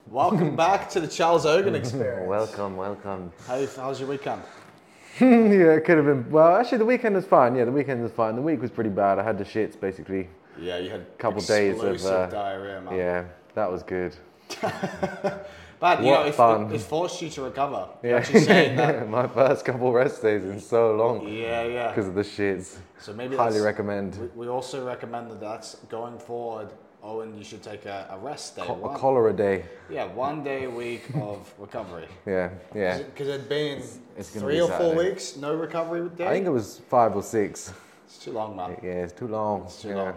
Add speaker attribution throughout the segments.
Speaker 1: Welcome back to the Charles Ogan Experience.
Speaker 2: Welcome, welcome.
Speaker 1: How, how's your weekend?
Speaker 2: yeah, it could have been. Well, actually, the weekend was fine. Yeah, the weekend was fine. The week was pretty bad. I had the shits basically.
Speaker 1: Yeah, you had a
Speaker 2: Couple days of, uh,
Speaker 1: diarrhea, man.
Speaker 2: Yeah, that was good.
Speaker 1: But you
Speaker 2: What
Speaker 1: know, it,
Speaker 2: fun.
Speaker 1: it, it forced you to recover. You're
Speaker 2: Yeah,
Speaker 1: actually saying that.
Speaker 2: my first couple rest days in so long
Speaker 1: Yeah, yeah.
Speaker 2: because of the shits.
Speaker 1: So maybe
Speaker 2: Highly
Speaker 1: that's-
Speaker 2: recommend.
Speaker 1: We, we also recommend that that's going forward. Owen, you should take a, a rest day.
Speaker 2: A
Speaker 1: one,
Speaker 2: cholera day.
Speaker 1: yeah, one day a week of recovery.
Speaker 2: Yeah, yeah.
Speaker 1: Because it'd been
Speaker 2: It's gonna
Speaker 1: three
Speaker 2: be
Speaker 1: or four
Speaker 2: Saturday.
Speaker 1: weeks, no recovery day.
Speaker 2: I think it was five or six.
Speaker 1: it's too long, man.
Speaker 2: Yeah, it's too long.
Speaker 1: too
Speaker 2: yeah.
Speaker 1: long.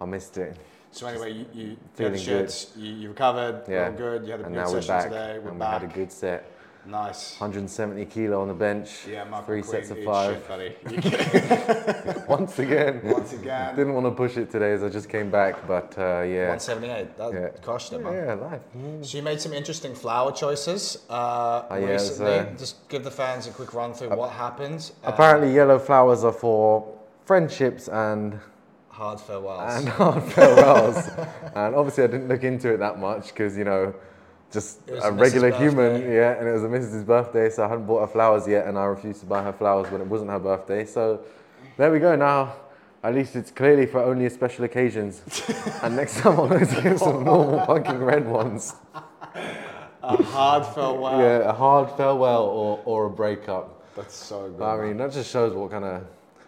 Speaker 2: I missed it.
Speaker 1: So anyway, you, you got
Speaker 2: Feeling
Speaker 1: the shits, you, you recovered,
Speaker 2: Yeah.
Speaker 1: you're good, you had a
Speaker 2: and
Speaker 1: good
Speaker 2: now we're
Speaker 1: session
Speaker 2: back.
Speaker 1: today, we're
Speaker 2: and
Speaker 1: back.
Speaker 2: we had a good set.
Speaker 1: nice.
Speaker 2: 170 kilo on the bench.
Speaker 1: Yeah, Michael
Speaker 2: Three
Speaker 1: Queen
Speaker 2: sets of
Speaker 1: is
Speaker 2: five.
Speaker 1: Shit, buddy. You can-
Speaker 2: Once again.
Speaker 1: Once again.
Speaker 2: Didn't want to push it today as I just came back, but uh, yeah.
Speaker 1: 178, that
Speaker 2: Yeah.
Speaker 1: crushed it, man.
Speaker 2: Yeah, life. Mm.
Speaker 1: So you made some interesting flower choices uh,
Speaker 2: Oh, yeah,
Speaker 1: recently.
Speaker 2: so-
Speaker 1: Just give the fans a quick run through what happened. uh,
Speaker 2: Apparently, yellow flowers are for friendships and
Speaker 1: hard farewells.
Speaker 2: and hard farewells. and obviously, I didn't look into it that much because you know, just
Speaker 1: It was
Speaker 2: a
Speaker 1: Mrs.
Speaker 2: regular
Speaker 1: birthday.
Speaker 2: human. Yeah, and it was a missus's birthday, so I hadn't bought her flowers yet, and I refused to buy her flowers when it wasn't her birthday. So there we go now. At least it's clearly for only special occasions. and next time I'm going to give some normal fucking red ones.
Speaker 1: a hard farewell.
Speaker 2: Yeah, a hard farewell or, or a breakup.
Speaker 1: That's so good.
Speaker 2: I mean, that just shows what kind of.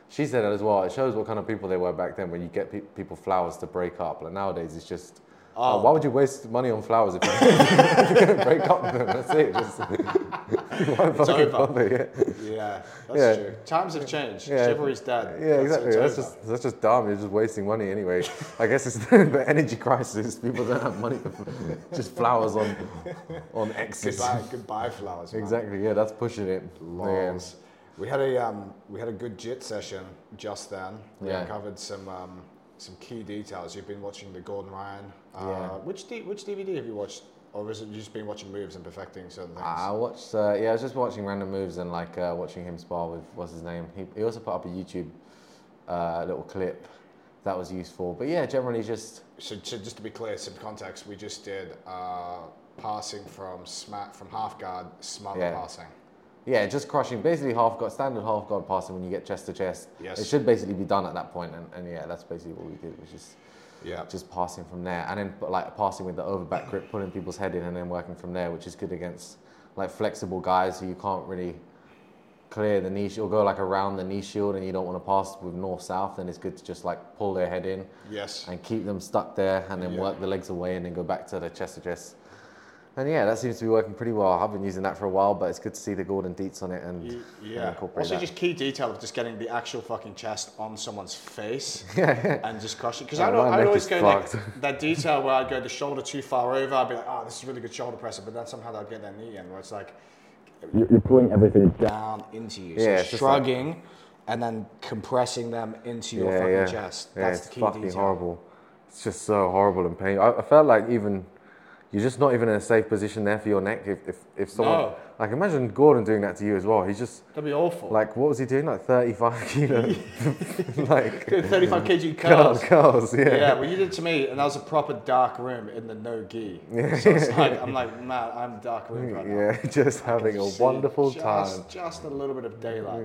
Speaker 2: She said it as well. It shows what kind of people they were back then. When you get pe- people flowers to break up, like nowadays, it's just. Oh. why would you waste money on flowers if you're going to break up with them? That's it. Just, why fucking
Speaker 1: over.
Speaker 2: bother? Yeah,
Speaker 1: yeah, that's
Speaker 2: Yeah.
Speaker 1: true. Times have changed.
Speaker 2: Yeah.
Speaker 1: Chivalry's dead.
Speaker 2: yeah
Speaker 1: That's-
Speaker 2: exactly.
Speaker 1: it's
Speaker 2: That's
Speaker 1: over.
Speaker 2: just that's just dumb. You're just wasting money anyway. I guess it's the energy crisis. People don't have money for just flowers on on exes.
Speaker 1: goodbye, goodbye flowers. man.
Speaker 2: Exactly. Yeah, that's pushing it. Yeah.
Speaker 1: Balls. We had a um, we had a good jit session just then. We
Speaker 2: Yeah.
Speaker 1: uncovered some um, some key details. You've been watching the Gordon Ryan. Uh,
Speaker 2: Yeah.
Speaker 1: Which D- which DVD have you watched, or has it you just been watching moves and perfecting certain things?
Speaker 2: I watched. Uh, yeah, I was just watching random moves and like uh, watching him spar with what's his name. He, he also put up a YouTube uh, little clip that was useful. But yeah, generally just
Speaker 1: so, so just to be clear, some context. We just did uh, passing from sma from half guard, smother
Speaker 2: Yeah.
Speaker 1: passing.
Speaker 2: yeah, just crushing. Basically, half guard standard half guard passing when you get chest to chest.
Speaker 1: Yes.
Speaker 2: It should basically be done at that point, and, and yeah, that's basically what we did, which is
Speaker 1: Yeah.
Speaker 2: just passing from there, and then like passing with the overback grip, pulling people's head in, and then working from there, which is good against like flexible guys who you can't really clear the knee shield, go like around the knee shield, and you don't want to pass with north south. Then it's good to just like pull their head in
Speaker 1: Yes.
Speaker 2: and keep them stuck there, and then
Speaker 1: Yeah.
Speaker 2: work the legs away, and then go back to the chest to chest. And yeah, that seems to be working pretty well. I've been using that for a while, but it's good to see the golden deets on it and,
Speaker 1: Y-
Speaker 2: and
Speaker 1: Yeah.
Speaker 2: incorporate
Speaker 1: Also,
Speaker 2: that.
Speaker 1: just key detail of just getting the actual fucking chest on someone's face and just crushing. Because
Speaker 2: Yeah,
Speaker 1: I don't,
Speaker 2: my
Speaker 1: I
Speaker 2: neck
Speaker 1: always
Speaker 2: is
Speaker 1: go like
Speaker 2: fucked.
Speaker 1: that detail where I go the shoulder too far over. I'd be like, oh, this is really good shoulder presser, but then somehow they'll get their knee in where it's like
Speaker 2: You're, you're pulling everything
Speaker 1: down into you,
Speaker 2: Yeah,
Speaker 1: so
Speaker 2: it's just
Speaker 1: shrugging, and then compressing them into your fucking chest.
Speaker 2: Yeah,
Speaker 1: That's
Speaker 2: it's
Speaker 1: the key
Speaker 2: fucking
Speaker 1: detail.
Speaker 2: horrible. It's just so horrible and painful. I, I felt like even you're just not even in a safe position there for your neck. If if, if someone
Speaker 1: No.
Speaker 2: like imagine Gordon doing that to you as well. He's just
Speaker 1: That'd be awful.
Speaker 2: like what was he doing? Like 35 kilo, like
Speaker 1: Dude, 35 kg
Speaker 2: girls,
Speaker 1: curls.
Speaker 2: girls. Yeah.
Speaker 1: Yeah, well, you did to me, and that was a proper dark room in the no gi. So it's like, I'm like, man, I'm dark room right now.
Speaker 2: Yeah, just having a
Speaker 1: See,
Speaker 2: wonderful
Speaker 1: just,
Speaker 2: time.
Speaker 1: Just a little bit of daylight.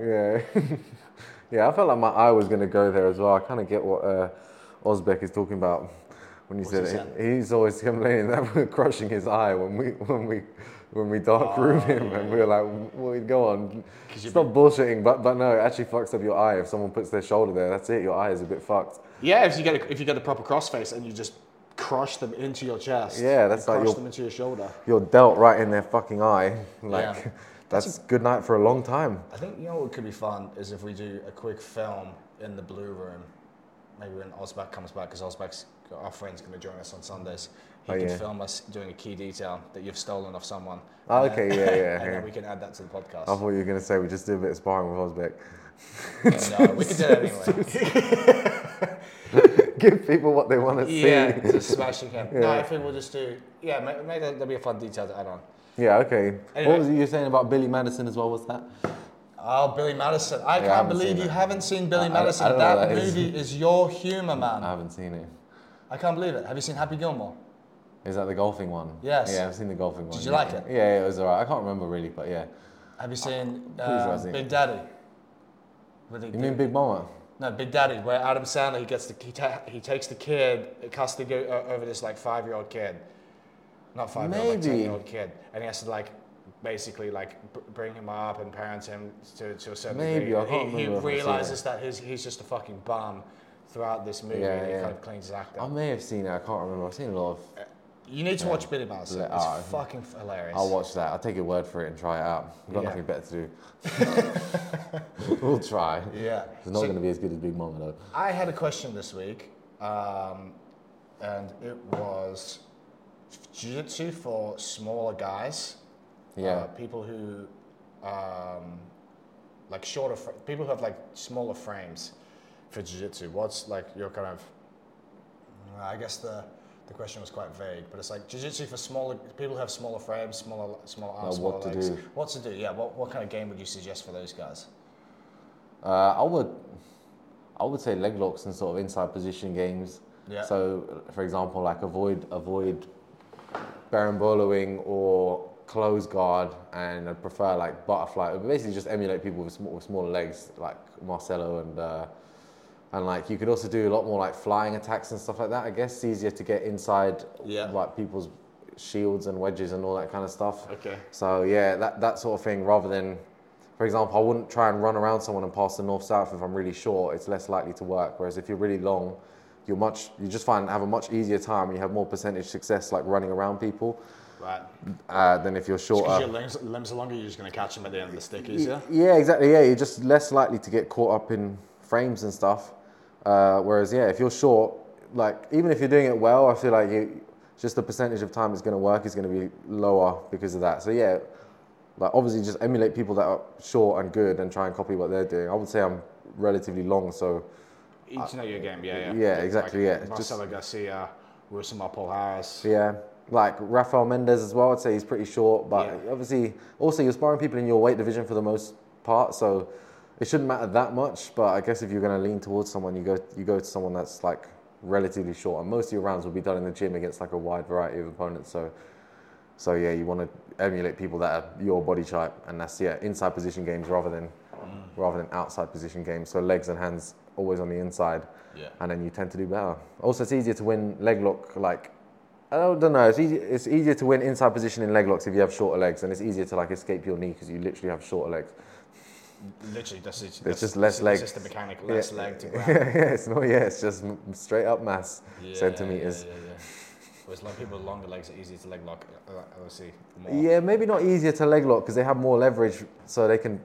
Speaker 2: Yeah, yeah. I felt like my eye was going to go there as well. I kind of get what uh, Ozbek is talking about when he
Speaker 1: he
Speaker 2: said it. he's always complaining that we're crushing his eye when we when we when we dark
Speaker 1: Oh,
Speaker 2: room him, and we were like, "Well, go on, stop bullshitting." But but no, it actually fucks up your eye if someone puts their shoulder there. That's it. Your eye is a bit fucked.
Speaker 1: Yeah, if you get a, if you get the proper crossface and you just crush them into your chest.
Speaker 2: Yeah, that's
Speaker 1: you
Speaker 2: like
Speaker 1: crush
Speaker 2: your-
Speaker 1: them into your shoulder.
Speaker 2: You're dealt right in their fucking eye. Like
Speaker 1: Yeah.
Speaker 2: that's, good night for a long time.
Speaker 1: I think you know what could be fun is if we do a quick film in the blue room. Maybe when Ozbek comes back, because Ozbek's our friend's going to join us on Sundays. He
Speaker 2: Oh,
Speaker 1: can
Speaker 2: yeah.
Speaker 1: film us doing a key detail that you've stolen off someone.
Speaker 2: Oh,
Speaker 1: and
Speaker 2: okay,
Speaker 1: then-
Speaker 2: yeah, yeah,
Speaker 1: and
Speaker 2: yeah.
Speaker 1: then we can add that to the podcast.
Speaker 2: I thought you were gonna say we just did a bit of sparring with Ozbek.
Speaker 1: no, we could do it anyway.
Speaker 2: Give people what they want to
Speaker 1: yeah,
Speaker 2: see.
Speaker 1: just smashing him. No, I think we'll just do. Yeah, ma- maybe that'll be a fun detail to add on.
Speaker 2: Yeah, okay.
Speaker 1: Anyway.
Speaker 2: What was it you were saying about Billy Madison as well? What's that?
Speaker 1: Oh, Billy Madison. I
Speaker 2: I
Speaker 1: can't
Speaker 2: haven't
Speaker 1: believe
Speaker 2: seen
Speaker 1: you
Speaker 2: that.
Speaker 1: haven't seen Billy
Speaker 2: I- I
Speaker 1: Madison.
Speaker 2: don't know
Speaker 1: that
Speaker 2: what that is. Uh,
Speaker 1: movie is. your humor, man.
Speaker 2: I haven't seen it.
Speaker 1: I can't believe it. Have you seen Happy Gilmore?
Speaker 2: Is that the golfing one?
Speaker 1: Yes.
Speaker 2: Yeah, I've seen the golfing one.
Speaker 1: you
Speaker 2: yeah.
Speaker 1: like it?
Speaker 2: Yeah, yeah, it was alright. I can't remember really, but yeah.
Speaker 1: Have you seen
Speaker 2: I've
Speaker 1: uh,
Speaker 2: seen it.
Speaker 1: Big Daddy? With the
Speaker 2: You mean Big Mama?
Speaker 1: No, Big Daddy, where Adam Sandler he gets the he, ta- he takes the kid custody o- over this like five year old kid, not five year old, like
Speaker 2: Maybe.
Speaker 1: ten year old kid, and he has to like basically like b- bring him up and parent him to, to a certain
Speaker 2: Maybe,
Speaker 1: degree.
Speaker 2: I can't
Speaker 1: he, he
Speaker 2: remember if I've seen
Speaker 1: realizes that he's he's just a fucking bum throughout this movie,
Speaker 2: Yeah,
Speaker 1: and he
Speaker 2: yeah.
Speaker 1: kind of cleans his act
Speaker 2: I
Speaker 1: up.
Speaker 2: may have seen it. I can't remember. I've seen a lot of.
Speaker 1: You need to watch Billy Madison.
Speaker 2: Yeah,
Speaker 1: it's
Speaker 2: alright.
Speaker 1: fucking f- hilarious.
Speaker 2: I'll watch that. I'll take your word for it and try it out. I've got
Speaker 1: Yeah.
Speaker 2: nothing better to do. we'll try.
Speaker 1: yeah,
Speaker 2: It's not
Speaker 1: So-
Speaker 2: going to be as good as Big Mama though.
Speaker 1: I had a question this week, um, and it was jiu-jitsu for smaller guys.
Speaker 2: Yeah.
Speaker 1: Uh, people who, um, like shorter, fr- people who have like smaller frames for jiu-jitsu. What's like your kind of? I guess the the question was quite vague, but it's like jiu-jitsu for smaller people who have smaller frames, smaller smaller arms,
Speaker 2: Like what
Speaker 1: smaller legs.
Speaker 2: to do.
Speaker 1: What to do? Yeah. What what kind of game would you suggest for those guys?
Speaker 2: Uh, I would, I would say leg locks and sort of inside position games.
Speaker 1: Yeah.
Speaker 2: So, for example, like avoid avoid baramboloing or close guard, and I prefer like butterfly. Basically, just emulate people with, small, with smaller legs, like Marcelo and. Uh, and like you could also do a lot more like flying attacks and stuff like that. I guess it's easier to get inside
Speaker 1: Yeah.
Speaker 2: like people's shields and wedges and all that kind of stuff.
Speaker 1: Okay.
Speaker 2: So yeah, that, that sort of thing. Rather than, for example, I wouldn't try and run around someone and pass the north south if I'm really short. It's less likely to work. Whereas if you're really long, you're much you just find have a much easier time. You have more percentage success like running around people
Speaker 1: Right.
Speaker 2: uh, than if you're
Speaker 1: Because
Speaker 2: shorter.
Speaker 1: your limbs, limbs are longer, you're just going to catch them at the end of the stick easier.
Speaker 2: Yeah, exactly. Yeah, you're just less likely to get caught up in frames and stuff. Uh, whereas, yeah, if you're short, like even if you're doing it well, I feel like you just the percentage of time it's going to work is going to be lower because of that. So yeah, like obviously just emulate people that are short and good and try and copy what they're doing. I would say I'm relatively long, so
Speaker 1: You know your game, yeah, yeah.
Speaker 2: yeah, exactly, yeah. Just-
Speaker 1: Marcelo Garcia, Wilson Paul Harris.
Speaker 2: Yeah, like Rafael Mendes as well. I'd say he's pretty short, but
Speaker 1: Yeah.
Speaker 2: obviously, also you're sparring people in your weight division for the most part, so it shouldn't matter that much. But I guess if you're going to lean towards someone, you go you go to someone that's like relatively short, and most of your rounds will be done in the gym against like a wide variety of opponents. So, so yeah, you want to emulate people that are your body type, and that's yeah, inside position games rather than rather than outside position games. So legs and hands always on the inside
Speaker 1: Yeah.
Speaker 2: and then you tend to do better. Also, it's easier to win leg lock. Like I don't, don't know. It's easy, It's easier to win inside position in leg locks if you have shorter legs, and it's easier to like escape your knee because you literally have shorter legs.
Speaker 1: Literally, that's it.
Speaker 2: just less leg.
Speaker 1: It's just the mechanic, less
Speaker 2: Yeah.
Speaker 1: leg to grab.
Speaker 2: yeah, yeah, it's not. Yeah, it's just m- straight up mass
Speaker 1: Yeah,
Speaker 2: centimeters.
Speaker 1: Yeah, yeah, yeah. Whereas like people with longer legs are easy to leg lock, uh, obviously. More.
Speaker 2: Yeah. maybe not easier to leg lock because they have more leverage, so they can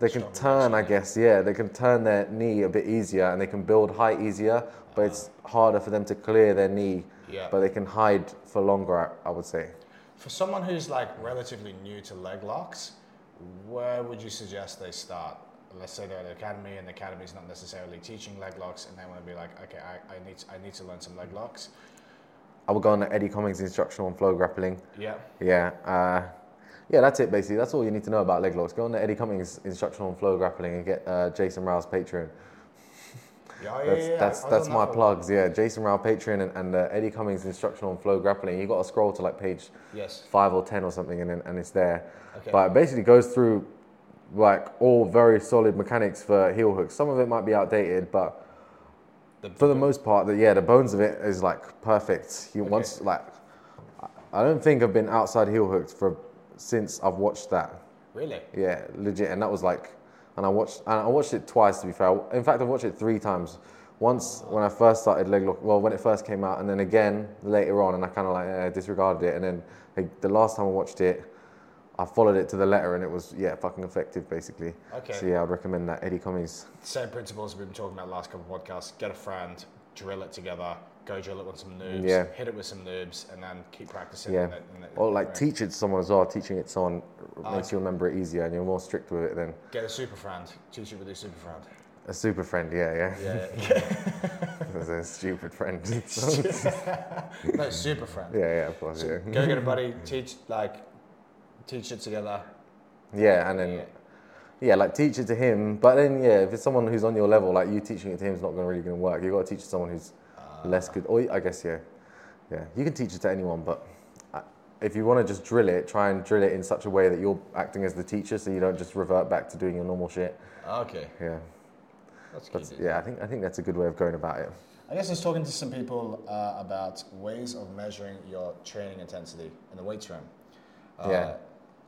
Speaker 2: they can
Speaker 1: Stronger
Speaker 2: turn. I guess yeah, they can turn their knee a bit easier and they can build height easier, but it's harder for them to clear their knee.
Speaker 1: Uh-huh. Yeah.
Speaker 2: But they can hide for longer. I, I would say.
Speaker 1: For someone who's like relatively new to leg locks, where would you suggest they start? Let's say they're at an academy, and the academy's not necessarily teaching leg locks, and they want to be like, okay, I, I need to, I need to learn some leg locks.
Speaker 2: I would go on the Eddie Cummings instructional on flow grappling.
Speaker 1: Yeah.
Speaker 2: Yeah. Uh, yeah, that's it basically. That's all you need to know about leg locks. Go on the Eddie Cummings instructional on flow grappling and get uh, Jason Rao's Patreon.
Speaker 1: Yeah, yeah,
Speaker 2: That's
Speaker 1: yeah,
Speaker 2: that's
Speaker 1: I- I've
Speaker 2: that's
Speaker 1: done
Speaker 2: my
Speaker 1: that one.
Speaker 2: plugs. Yeah, Jason Rao Patreon and, and uh, Eddie Cummings instructional on flow grappling. You got to scroll to like page
Speaker 1: Yes.
Speaker 2: five or ten or something, and then- and it's there.
Speaker 1: Okay.
Speaker 2: But it basically goes through like all very solid mechanics for heel hooks. Some of it might be outdated, but for the most part, the, yeah, the bones of it is like perfect. You once like, I- I don't think I've been outside heel hooked for since I've watched that.
Speaker 1: Really?
Speaker 2: Yeah, legit, and that was like, and I watched, and I watched it twice to be fair. In fact, I watched it three times. Once when I first started leg lock, well, when it first came out, and then again later on, and I kind of like eh, disregarded it, and then like, the last time I watched it, I followed it to the letter, and it was yeah, fucking effective basically.
Speaker 1: Okay.
Speaker 2: So yeah, I'd recommend that Eddie Cummings.
Speaker 1: Same principles we've been talking about last couple of podcasts. Get a friend, drill it together, go drill it with some noobs,
Speaker 2: Yeah.
Speaker 1: hit it with some noobs, and then keep practicing.
Speaker 2: Yeah.
Speaker 1: And it, and it-
Speaker 2: Or like
Speaker 1: right.
Speaker 2: teach it to someone as well. Teaching it to someone makes you remember it easier, and you're more strict with it than
Speaker 1: Get a super friend, teach it with a super friend.
Speaker 2: a super friend. Yeah, yeah.
Speaker 1: Yeah.
Speaker 2: That's a stupid friend. yeah,
Speaker 1: yeah. no, super friend.
Speaker 2: yeah, of course. Yeah.
Speaker 1: Go get a buddy, teach, like, teach it together.
Speaker 2: yeah, and then yeah, like teach it to him. But then yeah, if it's someone who's on your level, like you teaching it to him is not gonna, really going to work. You've got to teach it to someone who's less good. Or I guess yeah, Yeah, you can teach it to anyone, but I- if you want to just drill it, try and drill it in such a way that you're acting as the teacher, so you don't just revert back to doing your normal shit.
Speaker 3: Okay,
Speaker 2: Yeah,
Speaker 3: that's good.
Speaker 2: that's, yeah. I think I think that's a good way of going about it.
Speaker 1: I guess I was talking to some people uh, about ways of measuring your training intensity in the weight room. Uh,
Speaker 2: Yeah.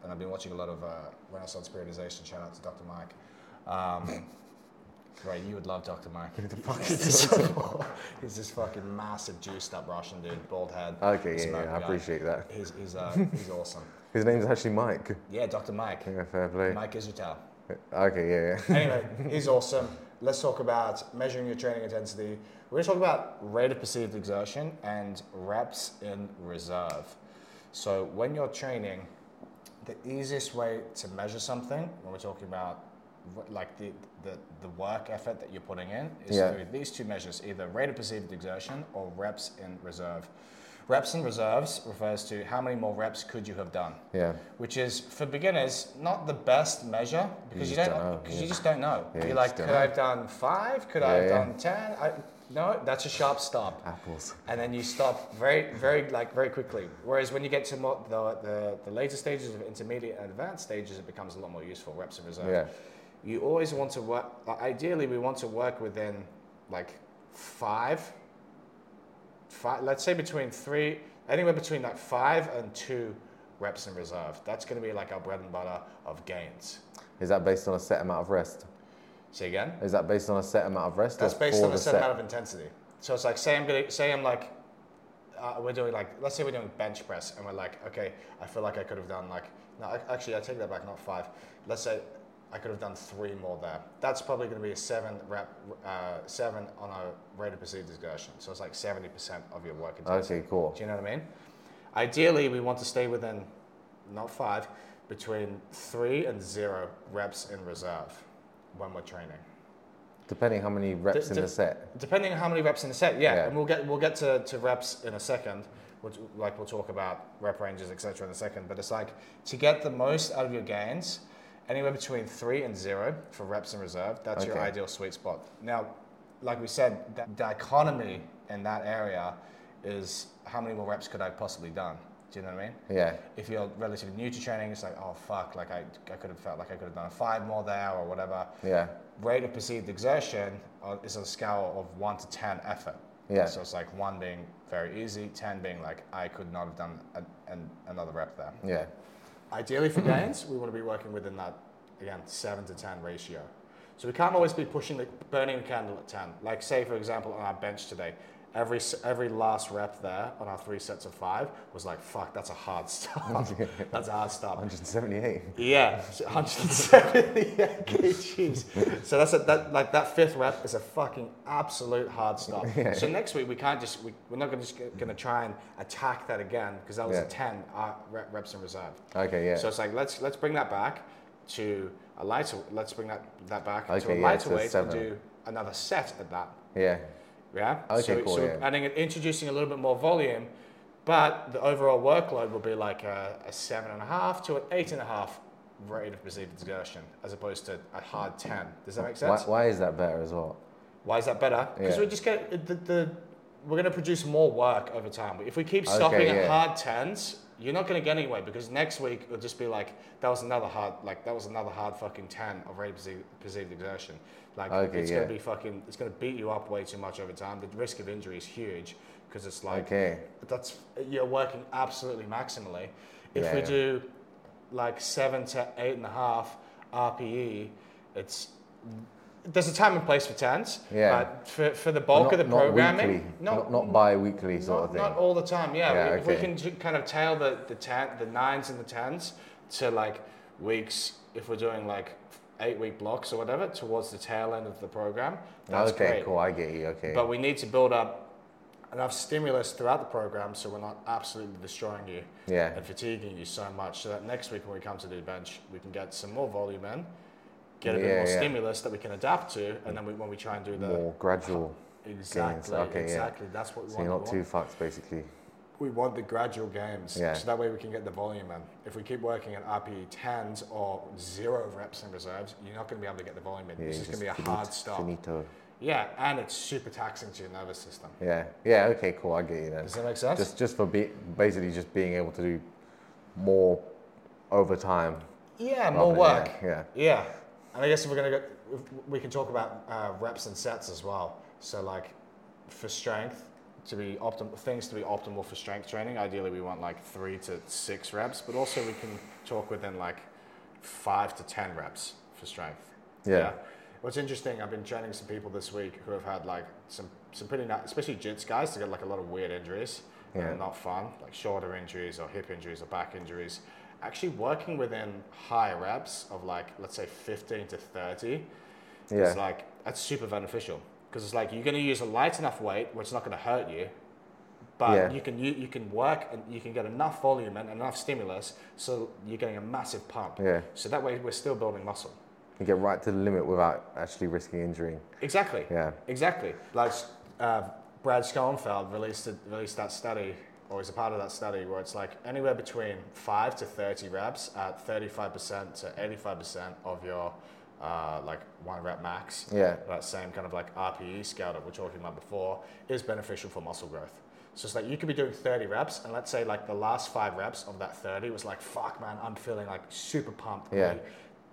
Speaker 1: And I've been watching a lot of uh, Renaissance periodization. Shout out to Dr. Mike. Um, right, you would love Dr. Mike. Who the fuck is this? He's this fucking massive, juiced up Russian dude, bald head.
Speaker 2: Okay, yeah,
Speaker 1: smoking
Speaker 2: yeah, I
Speaker 1: guy.
Speaker 2: appreciate that.
Speaker 1: He's, he's, uh, he's awesome.
Speaker 2: His name's actually Mike.
Speaker 1: Yeah, Dr. Mike.
Speaker 2: Yeah, fair play.
Speaker 1: Mike Izutel.
Speaker 2: Okay, yeah, yeah.
Speaker 1: Anyway, he's awesome. Let's talk about measuring your training intensity. We're going to talk about rate of perceived exertion and reps in reserve. So, when you're training, the easiest way to measure something, when we're talking about wh- like the, the, the work effort that you're putting in, is
Speaker 2: Yeah.
Speaker 1: through these two measures either rate of perceived exertion or reps in reserve. Reps in reserves refers to how many more reps could you have done
Speaker 2: Yeah,
Speaker 1: which is for beginners not the best measure because you,
Speaker 2: just don't know,
Speaker 1: don't because
Speaker 2: yeah.
Speaker 1: you just don't know.
Speaker 2: Yeah, you
Speaker 1: You're like,
Speaker 2: just don't
Speaker 1: could
Speaker 2: know.
Speaker 1: I have done five? Could I
Speaker 2: Yeah,
Speaker 1: have
Speaker 2: yeah.
Speaker 1: done ten? I, no, that's a sharp stop,
Speaker 2: apples.
Speaker 1: and then you stop very, very like very quickly. Whereas when you get to more, the, the the later stages of intermediate and advanced stages, it becomes a lot more useful. Reps in reserve.
Speaker 2: Yeah,
Speaker 1: You always want to work. like, Ideally, we want to work within like five. Five. Let's say between three, anywhere between like five and two reps in reserve. That's going to be like our bread and butter of gains.
Speaker 2: is that based on a set amount of rest?
Speaker 1: Say again.
Speaker 2: Is that based on a set amount of rest? or
Speaker 1: That's based
Speaker 2: for
Speaker 1: on a
Speaker 2: the
Speaker 1: certain amount of intensity. So it's like say I'm gonna say I'm like uh, we're doing like let's say we're doing bench press and we're like okay I feel like I could have done like no I, actually I take that back not five let's say I could have done three more there that's probably going to be a seven rep uh, seven on a rate of perceived exertion so it's like seventy percent of your work intensity.
Speaker 2: Okay, cool.
Speaker 1: Do you know what I mean? Ideally, we want to stay within not five between three and zero reps in reserve when we're training.
Speaker 2: Depending how many reps in
Speaker 1: d-
Speaker 2: the set.
Speaker 1: Depending on how many reps in a set, yeah,
Speaker 2: Yeah.
Speaker 1: and we'll get we'll get to, to reps in a second. Which, like we'll talk about rep ranges, etc., in a second. But it's like to get the most out of your gains, anywhere between three and zero for reps in reserve. That's your
Speaker 2: Okay.
Speaker 1: ideal sweet spot. Now, like we said, that dichotomy in that area is how many more reps could I possibly done? Do you know what I mean?
Speaker 2: Yeah,
Speaker 1: if you're relatively new to training, it's like, oh fuck, like I, I could have felt like I could have done five more there or whatever.
Speaker 2: yeah,
Speaker 1: Rate of perceived exertion uh, is on a scale of one to 10 effort.
Speaker 2: Yeah.
Speaker 1: So it's like one being very easy, 10 being like, I could not have done a, an, another rep there.
Speaker 2: yeah.
Speaker 1: Ideally for gains, we want to be working within that, again, 7 to 10 ratio. So we can't always be pushing the, burning the candle at 10. Like say, for example, on our bench today, every, s- every last rep there on our three sets of five was like, fuck, that's a hard stop. that's a hard stop.
Speaker 2: 178.
Speaker 1: Yeah, so 178 kgs. So that's a, that like that fifth rep is a fucking absolute hard stop. So next week we can't just we, we're not gonna just gonna try and attack that again because that was
Speaker 2: Yeah.
Speaker 1: a 10 uh, rep, reps in reserve.
Speaker 2: Okay, yeah.
Speaker 1: So it's like let's let's bring that back to a lighter. Let's bring that that back to
Speaker 2: Okay,
Speaker 1: a
Speaker 2: yeah,
Speaker 1: lighter
Speaker 2: so
Speaker 1: weight
Speaker 2: seven.
Speaker 1: and do another set at that.
Speaker 2: yeah,
Speaker 1: Yeah.
Speaker 2: Okay,
Speaker 1: so,
Speaker 2: cool,
Speaker 1: So
Speaker 2: yeah.
Speaker 1: adding introducing a little bit more volume, but the overall workload will be like a, a seven and a half to an eight and a half rate of perceived exertion, as opposed to a hard ten. Does that make
Speaker 2: why,
Speaker 1: sense? Why,
Speaker 2: why is that better as well?
Speaker 1: is that better? Because
Speaker 2: Yeah.
Speaker 1: we just get the, the we're going to produce more work over time. But if we keep stopping
Speaker 2: yeah.
Speaker 1: at hard tens, you're not going to get anywhere because next week it'll just be like that was another hard like that was another hard fucking ten of rate of perceived- perceived exertion. Like
Speaker 2: Okay,
Speaker 1: it's
Speaker 2: yeah.
Speaker 1: going to be fucking it's going to beat you up way too much over time. The risk of injury is huge because it's like
Speaker 2: Okay,
Speaker 1: that's you're working absolutely maximally. If
Speaker 2: Yeah,
Speaker 1: we
Speaker 2: yeah.
Speaker 1: do like seven to eight and a half RPE, it's there's a time and place for tens.
Speaker 2: Yeah.
Speaker 1: But for, for the bulk
Speaker 2: But
Speaker 1: of the programming,
Speaker 2: weekly, not, not bi-weekly sort
Speaker 1: not,
Speaker 2: of thing.
Speaker 1: not all the time. Yeah,
Speaker 2: Yeah,
Speaker 1: we, if we
Speaker 2: okay.
Speaker 1: can ju- kind of tail the the ten, the nines and the tens to like weeks, if we're doing like eight week blocks or whatever, towards the tail end of the program, that's
Speaker 2: okay,
Speaker 1: great.
Speaker 2: cool. I get you. Okay.
Speaker 1: But we need to build up enough stimulus throughout the program so we're not absolutely destroying you
Speaker 2: yeah.
Speaker 1: and fatiguing you so much so that next week when we come to do bench, we can get some more volume in, get a bit
Speaker 2: Yeah,
Speaker 1: more
Speaker 2: yeah.
Speaker 1: stimulus that we can adapt to, and then we, when we try and do the
Speaker 2: More gradual.
Speaker 1: exactly,
Speaker 2: Okay, yeah.
Speaker 1: exactly, that's what we
Speaker 2: So
Speaker 1: want.
Speaker 2: you're
Speaker 1: we
Speaker 2: not
Speaker 1: want
Speaker 2: too fucked, basically.
Speaker 1: we want the gradual games.
Speaker 2: Yeah.
Speaker 1: So that way we can get the volume in. If we keep working at E RPE 10s or zero reps in reserves, you're not going to be able to get the volume in.
Speaker 2: Yeah,
Speaker 1: this
Speaker 2: you
Speaker 1: is going
Speaker 2: just
Speaker 1: to be a
Speaker 2: finito-
Speaker 1: hard stop.
Speaker 2: Finito.
Speaker 1: Yeah, and it's super taxing to your nervous system.
Speaker 2: Yeah. Yeah. Okay. Cool. I get you then.
Speaker 1: Does that make sense?
Speaker 2: Just just for be- basically just being able to do more over time.
Speaker 1: yeah, more
Speaker 2: rather-
Speaker 1: work.
Speaker 2: Yeah. yeah.
Speaker 1: Yeah, and I guess if we're gonna go, if we can talk about uh, reps and sets as well. So like, for strength to be optimal, things to be optimal for strength training. Ideally, we want like three to six reps, but also we can talk within like five to ten reps for strength.
Speaker 2: Yeah.
Speaker 1: What's interesting, I've been training some people this week who have had like some some pretty nice, especially jits guys, to get like a lot of weird injuries. that are
Speaker 2: Yeah.
Speaker 1: Not fun, like shoulder injuries or hip injuries or back injuries. Actually, working within high reps of like let's say 15 to 30 it's like that's super beneficial because it's like you're going to use a light enough weight where it's not going to hurt you, but
Speaker 2: Yeah.
Speaker 1: you can you, you can work and you can get enough volume and enough stimulus, so you're getting a massive pump.
Speaker 2: Yeah.
Speaker 1: So that way we're still building muscle.
Speaker 2: You get right to the limit without actually risking injuring.
Speaker 1: Exactly.
Speaker 2: Yeah.
Speaker 1: Exactly. Like uh, Brad Schoenfeld released a, released that study, or is a part of that study, where it's like anywhere between five to thirty reps at thirty five percent to eighty five percent of your uh, like one rep max.
Speaker 2: Yeah.
Speaker 1: That same kind of like RPE scale that we're talking about before is beneficial for muscle growth. So it's like you could be doing 30 reps, and let's say like the last five reps of that 30 was like, fuck man, I'm feeling like super pumped.
Speaker 2: Yeah.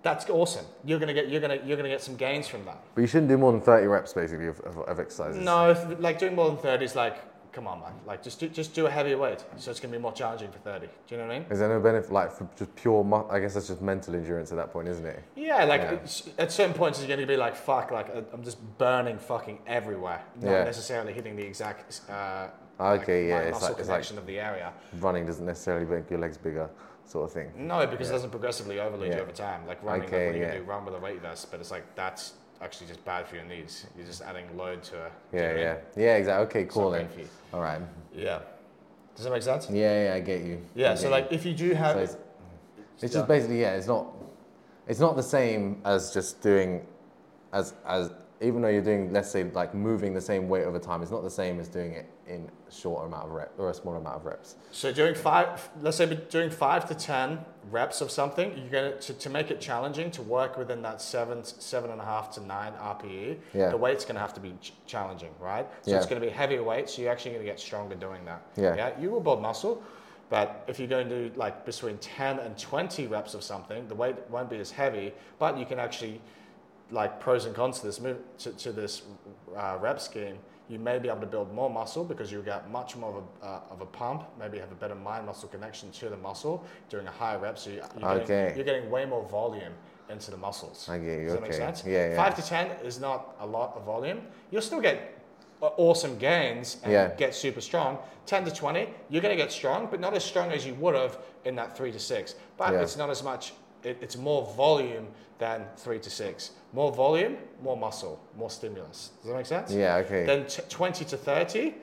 Speaker 1: That's awesome. You're gonna get you're gonna you're gonna get some gains from that.
Speaker 2: But you shouldn't do more than 30 reps basically of, of, of exercises.
Speaker 1: No, if- like doing more than 30 is like, come on, man. Like, just do, just do a heavier weight. So it's going to be more challenging for 30. Do you know what I mean?
Speaker 2: Is there no benefit, like for just pure, mu- I guess that's just mental endurance at that point, isn't it?
Speaker 1: Yeah, like
Speaker 2: Yeah.
Speaker 1: it's- at certain points, it's going to be like, fuck, like I- I'm just burning fucking everywhere. Not
Speaker 2: Yeah.
Speaker 1: necessarily hitting the exact uh,
Speaker 2: Okay, yeah,
Speaker 1: my
Speaker 2: it's
Speaker 1: muscle
Speaker 2: like- it's like-
Speaker 1: connection of the area.
Speaker 2: Running doesn't necessarily make your legs bigger, sort of thing.
Speaker 1: No, because it doesn't progressively overload
Speaker 2: Yeah.
Speaker 1: you over time. Like running,
Speaker 2: Okay,
Speaker 1: like, what are you
Speaker 2: yeah.
Speaker 1: going to do? Run with a weight vest, but it's like, that's actually just bad for your knees. You're just adding load to it. Do you know
Speaker 2: Yeah,
Speaker 1: what I
Speaker 2: yeah.
Speaker 1: mean?
Speaker 2: Yeah, exactly. Okay,
Speaker 1: It's
Speaker 2: cool
Speaker 1: not
Speaker 2: then.
Speaker 1: great for you.
Speaker 2: All right.
Speaker 1: Yeah. Does that make sense?
Speaker 2: Yeah, yeah, I get you. I
Speaker 1: Yeah,
Speaker 2: get
Speaker 1: so
Speaker 2: you.
Speaker 1: like if you do
Speaker 2: So
Speaker 1: have.
Speaker 2: it's, it's
Speaker 1: Yeah.
Speaker 2: just basically yeah. It's not. It's not the same as just doing, as as even though you're doing let's say like moving the same weight over time. It's not the same as doing it in a short amount of rep or a small amount of reps.
Speaker 1: So doing five, let's say doing five to ten reps of something, you're gonna to, to make it challenging to work within that seven seven and a half to nine RPE.
Speaker 2: Yeah.
Speaker 1: The weight's gonna have to be ch- challenging, right? So it's
Speaker 2: Yeah.
Speaker 1: gonna be heavier weight, so you're actually gonna get stronger doing that.
Speaker 2: Yeah.
Speaker 1: Yeah. You will build muscle, but if you're going to do like between ten and twenty reps of something, the weight won't be as heavy, but you can actually like pros and cons to this move to, to this uh, rep scheme you may be able to build more muscle because you get much more of a, uh, of a pump maybe have a better mind muscle connection to the muscle doing a higher rep so you, you're,
Speaker 2: Okay.
Speaker 1: getting, you're getting way more volume into the muscles
Speaker 2: I get you,
Speaker 1: does that make
Speaker 2: okay.
Speaker 1: sense
Speaker 2: Yeah, yeah.
Speaker 1: five to ten is not a lot of volume you'll still get a- awesome gains and
Speaker 2: Yeah.
Speaker 1: get super strong 10 to 20 you're going to get strong but not as strong as you would have in that 3 to 6 but
Speaker 2: Yeah.
Speaker 1: it's not as much it, it's more volume than three to six. More volume, more muscle, more stimulus. Does that make sense?
Speaker 2: Yeah. Okay.
Speaker 1: Then t- 20 to 30,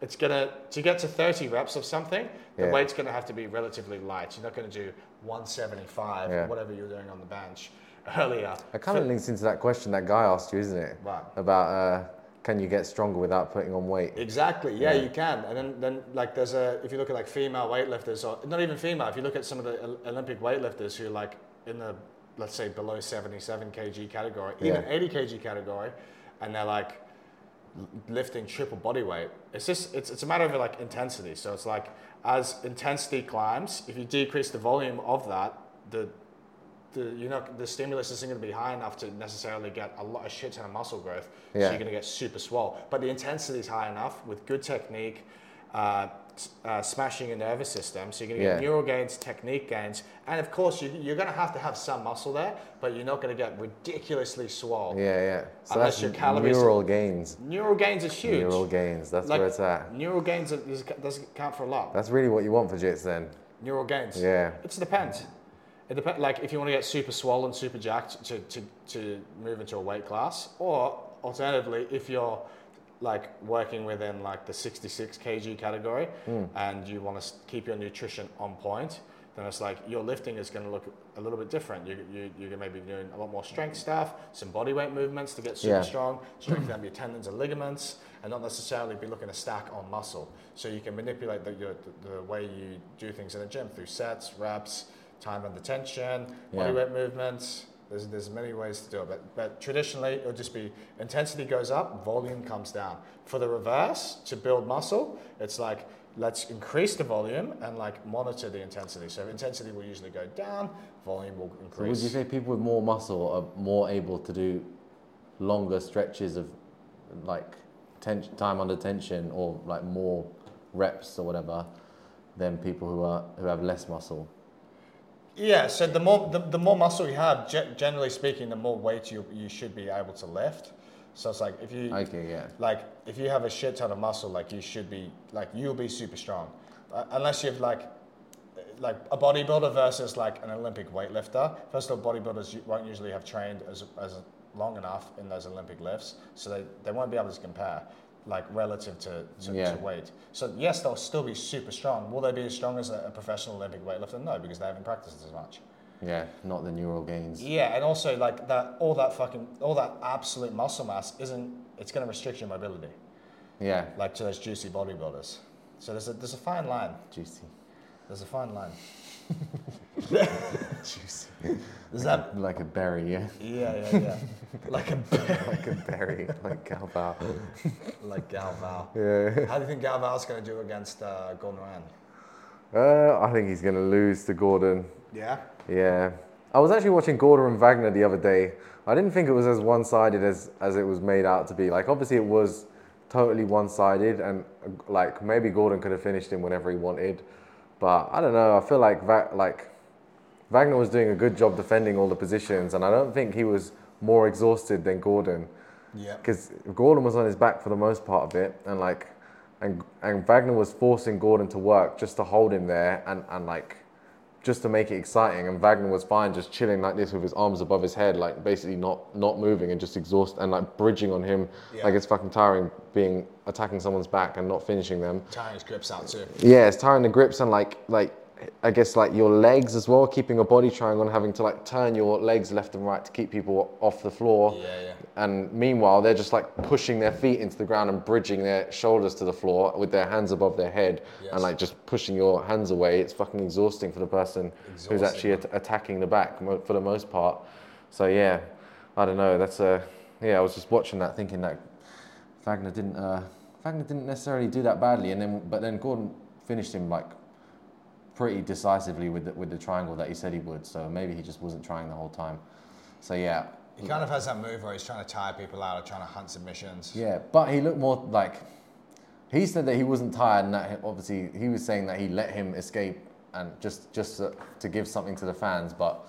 Speaker 1: it's gonna, to get to 30 reps of something, the
Speaker 2: Yeah.
Speaker 1: weight's gonna have to be relatively light. You're not gonna do 175,
Speaker 2: Yeah.
Speaker 1: whatever you were doing on the bench earlier.
Speaker 2: it kind of links into that question that guy asked you, isn't it?
Speaker 1: Right.
Speaker 2: About uh, can you get stronger without putting on weight?
Speaker 1: Exactly. Yeah, you can. And then, then like there's a if you look at like female weightlifters or not even female, if you look at some of the Ol- Olympic weightlifters who like in the let's say below 77 kg category, even
Speaker 2: Yeah.
Speaker 1: 80 kg category, and they're like l- lifting triple body weight. It's just it's it's a matter of like intensity. So it's like as intensity climbs, if you decrease the volume of that, the the, you're not, the stimulus isn't going to be high enough to necessarily get a lot of shit ton of muscle growth. So
Speaker 2: Yeah.
Speaker 1: you're going to get super swole. But the intensity is high enough with good technique, uh, s- uh, smashing your nervous system. So you're going to get
Speaker 2: Yeah.
Speaker 1: neural gains, technique gains. And of course, you, you're going to have to have some muscle there, but you're not going to get ridiculously swole.
Speaker 2: Yeah, yeah. So
Speaker 1: Unless
Speaker 2: that's
Speaker 1: your calories-
Speaker 2: neural gains.
Speaker 1: Neural gains is huge.
Speaker 2: Neural gains. That's
Speaker 1: Like,
Speaker 2: where it's at.
Speaker 1: Neural gains are- is- doesn't count for a lot.
Speaker 2: That's really what you want for jits then.
Speaker 1: Neural gains.
Speaker 2: Uh, Yeah.
Speaker 1: It just depends. It depends. Like if you want to get super swollen, super jacked to, to, to move into a weight class, or alternatively, if you're like working within like the 66 kg category
Speaker 2: Hmm.
Speaker 1: and you want to keep your nutrition on point, then it's like your lifting is going to look a little bit different. You, you, you're going to maybe be doing a lot more strength stuff, some body weight movements to get super
Speaker 2: Yeah.
Speaker 1: strong, strengthen up your tendons and ligaments, and not necessarily be looking to stack on muscle. So you can manipulate the, your, the way you do things in a gym through sets, reps, time under tension, body
Speaker 2: Yeah.
Speaker 1: weight movements. There's, there's many ways to do it, but, but traditionally it'll just be intensity goes up, volume comes down. For the reverse, to build muscle, it's like let's increase the volume and like monitor the intensity. So intensity will usually go down, volume will
Speaker 2: So would
Speaker 1: increase.
Speaker 2: you say people with more muscle are more able to do longer stretches of like ten- time under tension or like more reps or whatever than people who are who have less muscle?
Speaker 1: Yeah, so the more the, the more muscle you have, ge- generally speaking, the more weight you you should be able to lift. So it's like if you
Speaker 2: Okay, yeah.
Speaker 1: like if you have a shit ton of muscle, like you should be like you'll be super strong, uh, unless you've like uh, like a bodybuilder versus like an Olympic weightlifter. First of all, bodybuilders u- won't usually have trained as as long enough in those Olympic lifts, so they, they won't be able to compare like relative to, to,
Speaker 2: Yeah.
Speaker 1: to weight. So yes, they'll still be super strong. Will they be as strong as a, a professional Olympic weightlifter? No, because they haven't practiced as much.
Speaker 2: Yeah, not the neural gains.
Speaker 1: Yeah, and also like that all that fucking all that absolute muscle mass isn't it's going to restrict your mobility
Speaker 2: Yeah,
Speaker 1: like to those juicy bodybuilders. So there's a there's a fine line.
Speaker 2: juicy.
Speaker 1: There's a fine line.
Speaker 2: Juicy.
Speaker 1: Is that?
Speaker 2: Like a berry, yeah.
Speaker 1: Yeah, yeah, yeah. like a
Speaker 2: like a berry, like Galbao.
Speaker 1: like Galval.
Speaker 2: Yeah.
Speaker 1: How do you think Galval's going to do against uh, Gordon Ryan?
Speaker 2: Uh, I think he's going to lose to Gordon.
Speaker 1: Yeah.
Speaker 2: Yeah. I was actually watching Gorder and Wagner the other day. I didn't think it was as one sided as, as it was made out to be. Like, obviously, it was totally one sided, and uh, like maybe Gordon could have finished him whenever he wanted. But I don't know. I feel like Va- like Wagner was doing a good job defending all the positions, and I don't think he was more exhausted than Gordon
Speaker 1: Yeah.
Speaker 2: because Gordon was on his back for the most part of it, and like, and and Wagner was forcing Gordon to work just to hold him there, and and like, just to make it exciting. And Wagner was fine, just chilling like this with his arms above his head, like basically not not moving and just exhaust and like bridging on him,
Speaker 1: Yeah.
Speaker 2: like it's fucking tiring being attacking someone's back and not finishing them.
Speaker 1: Tying his grips out too.
Speaker 2: Yeah, it's tiring the grips and like like I guess like your legs as well, keeping a body triangle and having to like turn your legs left and right to keep people off the floor.
Speaker 1: Yeah, yeah.
Speaker 2: And meanwhile, they're just like pushing their feet into the ground and bridging their shoulders to the floor with their hands above their head
Speaker 1: Yes.
Speaker 2: and like just pushing your hands away. It's fucking exhausting for the person who's
Speaker 1: Exhausting.
Speaker 2: actually at- attacking the back mo- for the most part. So yeah, I don't know. That's a yeah. I was just watching that, thinking that Wagner didn't uh, Wagner didn't necessarily do that badly, and then but then Gordon finished him like pretty decisively with the, with the triangle that he said he would. So maybe he just wasn't trying the whole time. So yeah,
Speaker 1: He kind of has that move where he's trying to tire people out or trying to hunt submissions.
Speaker 2: yeah, but he looked more like he said that he wasn't tired, and that he- obviously he was saying that he let him escape and just just to, to give something to the fans. But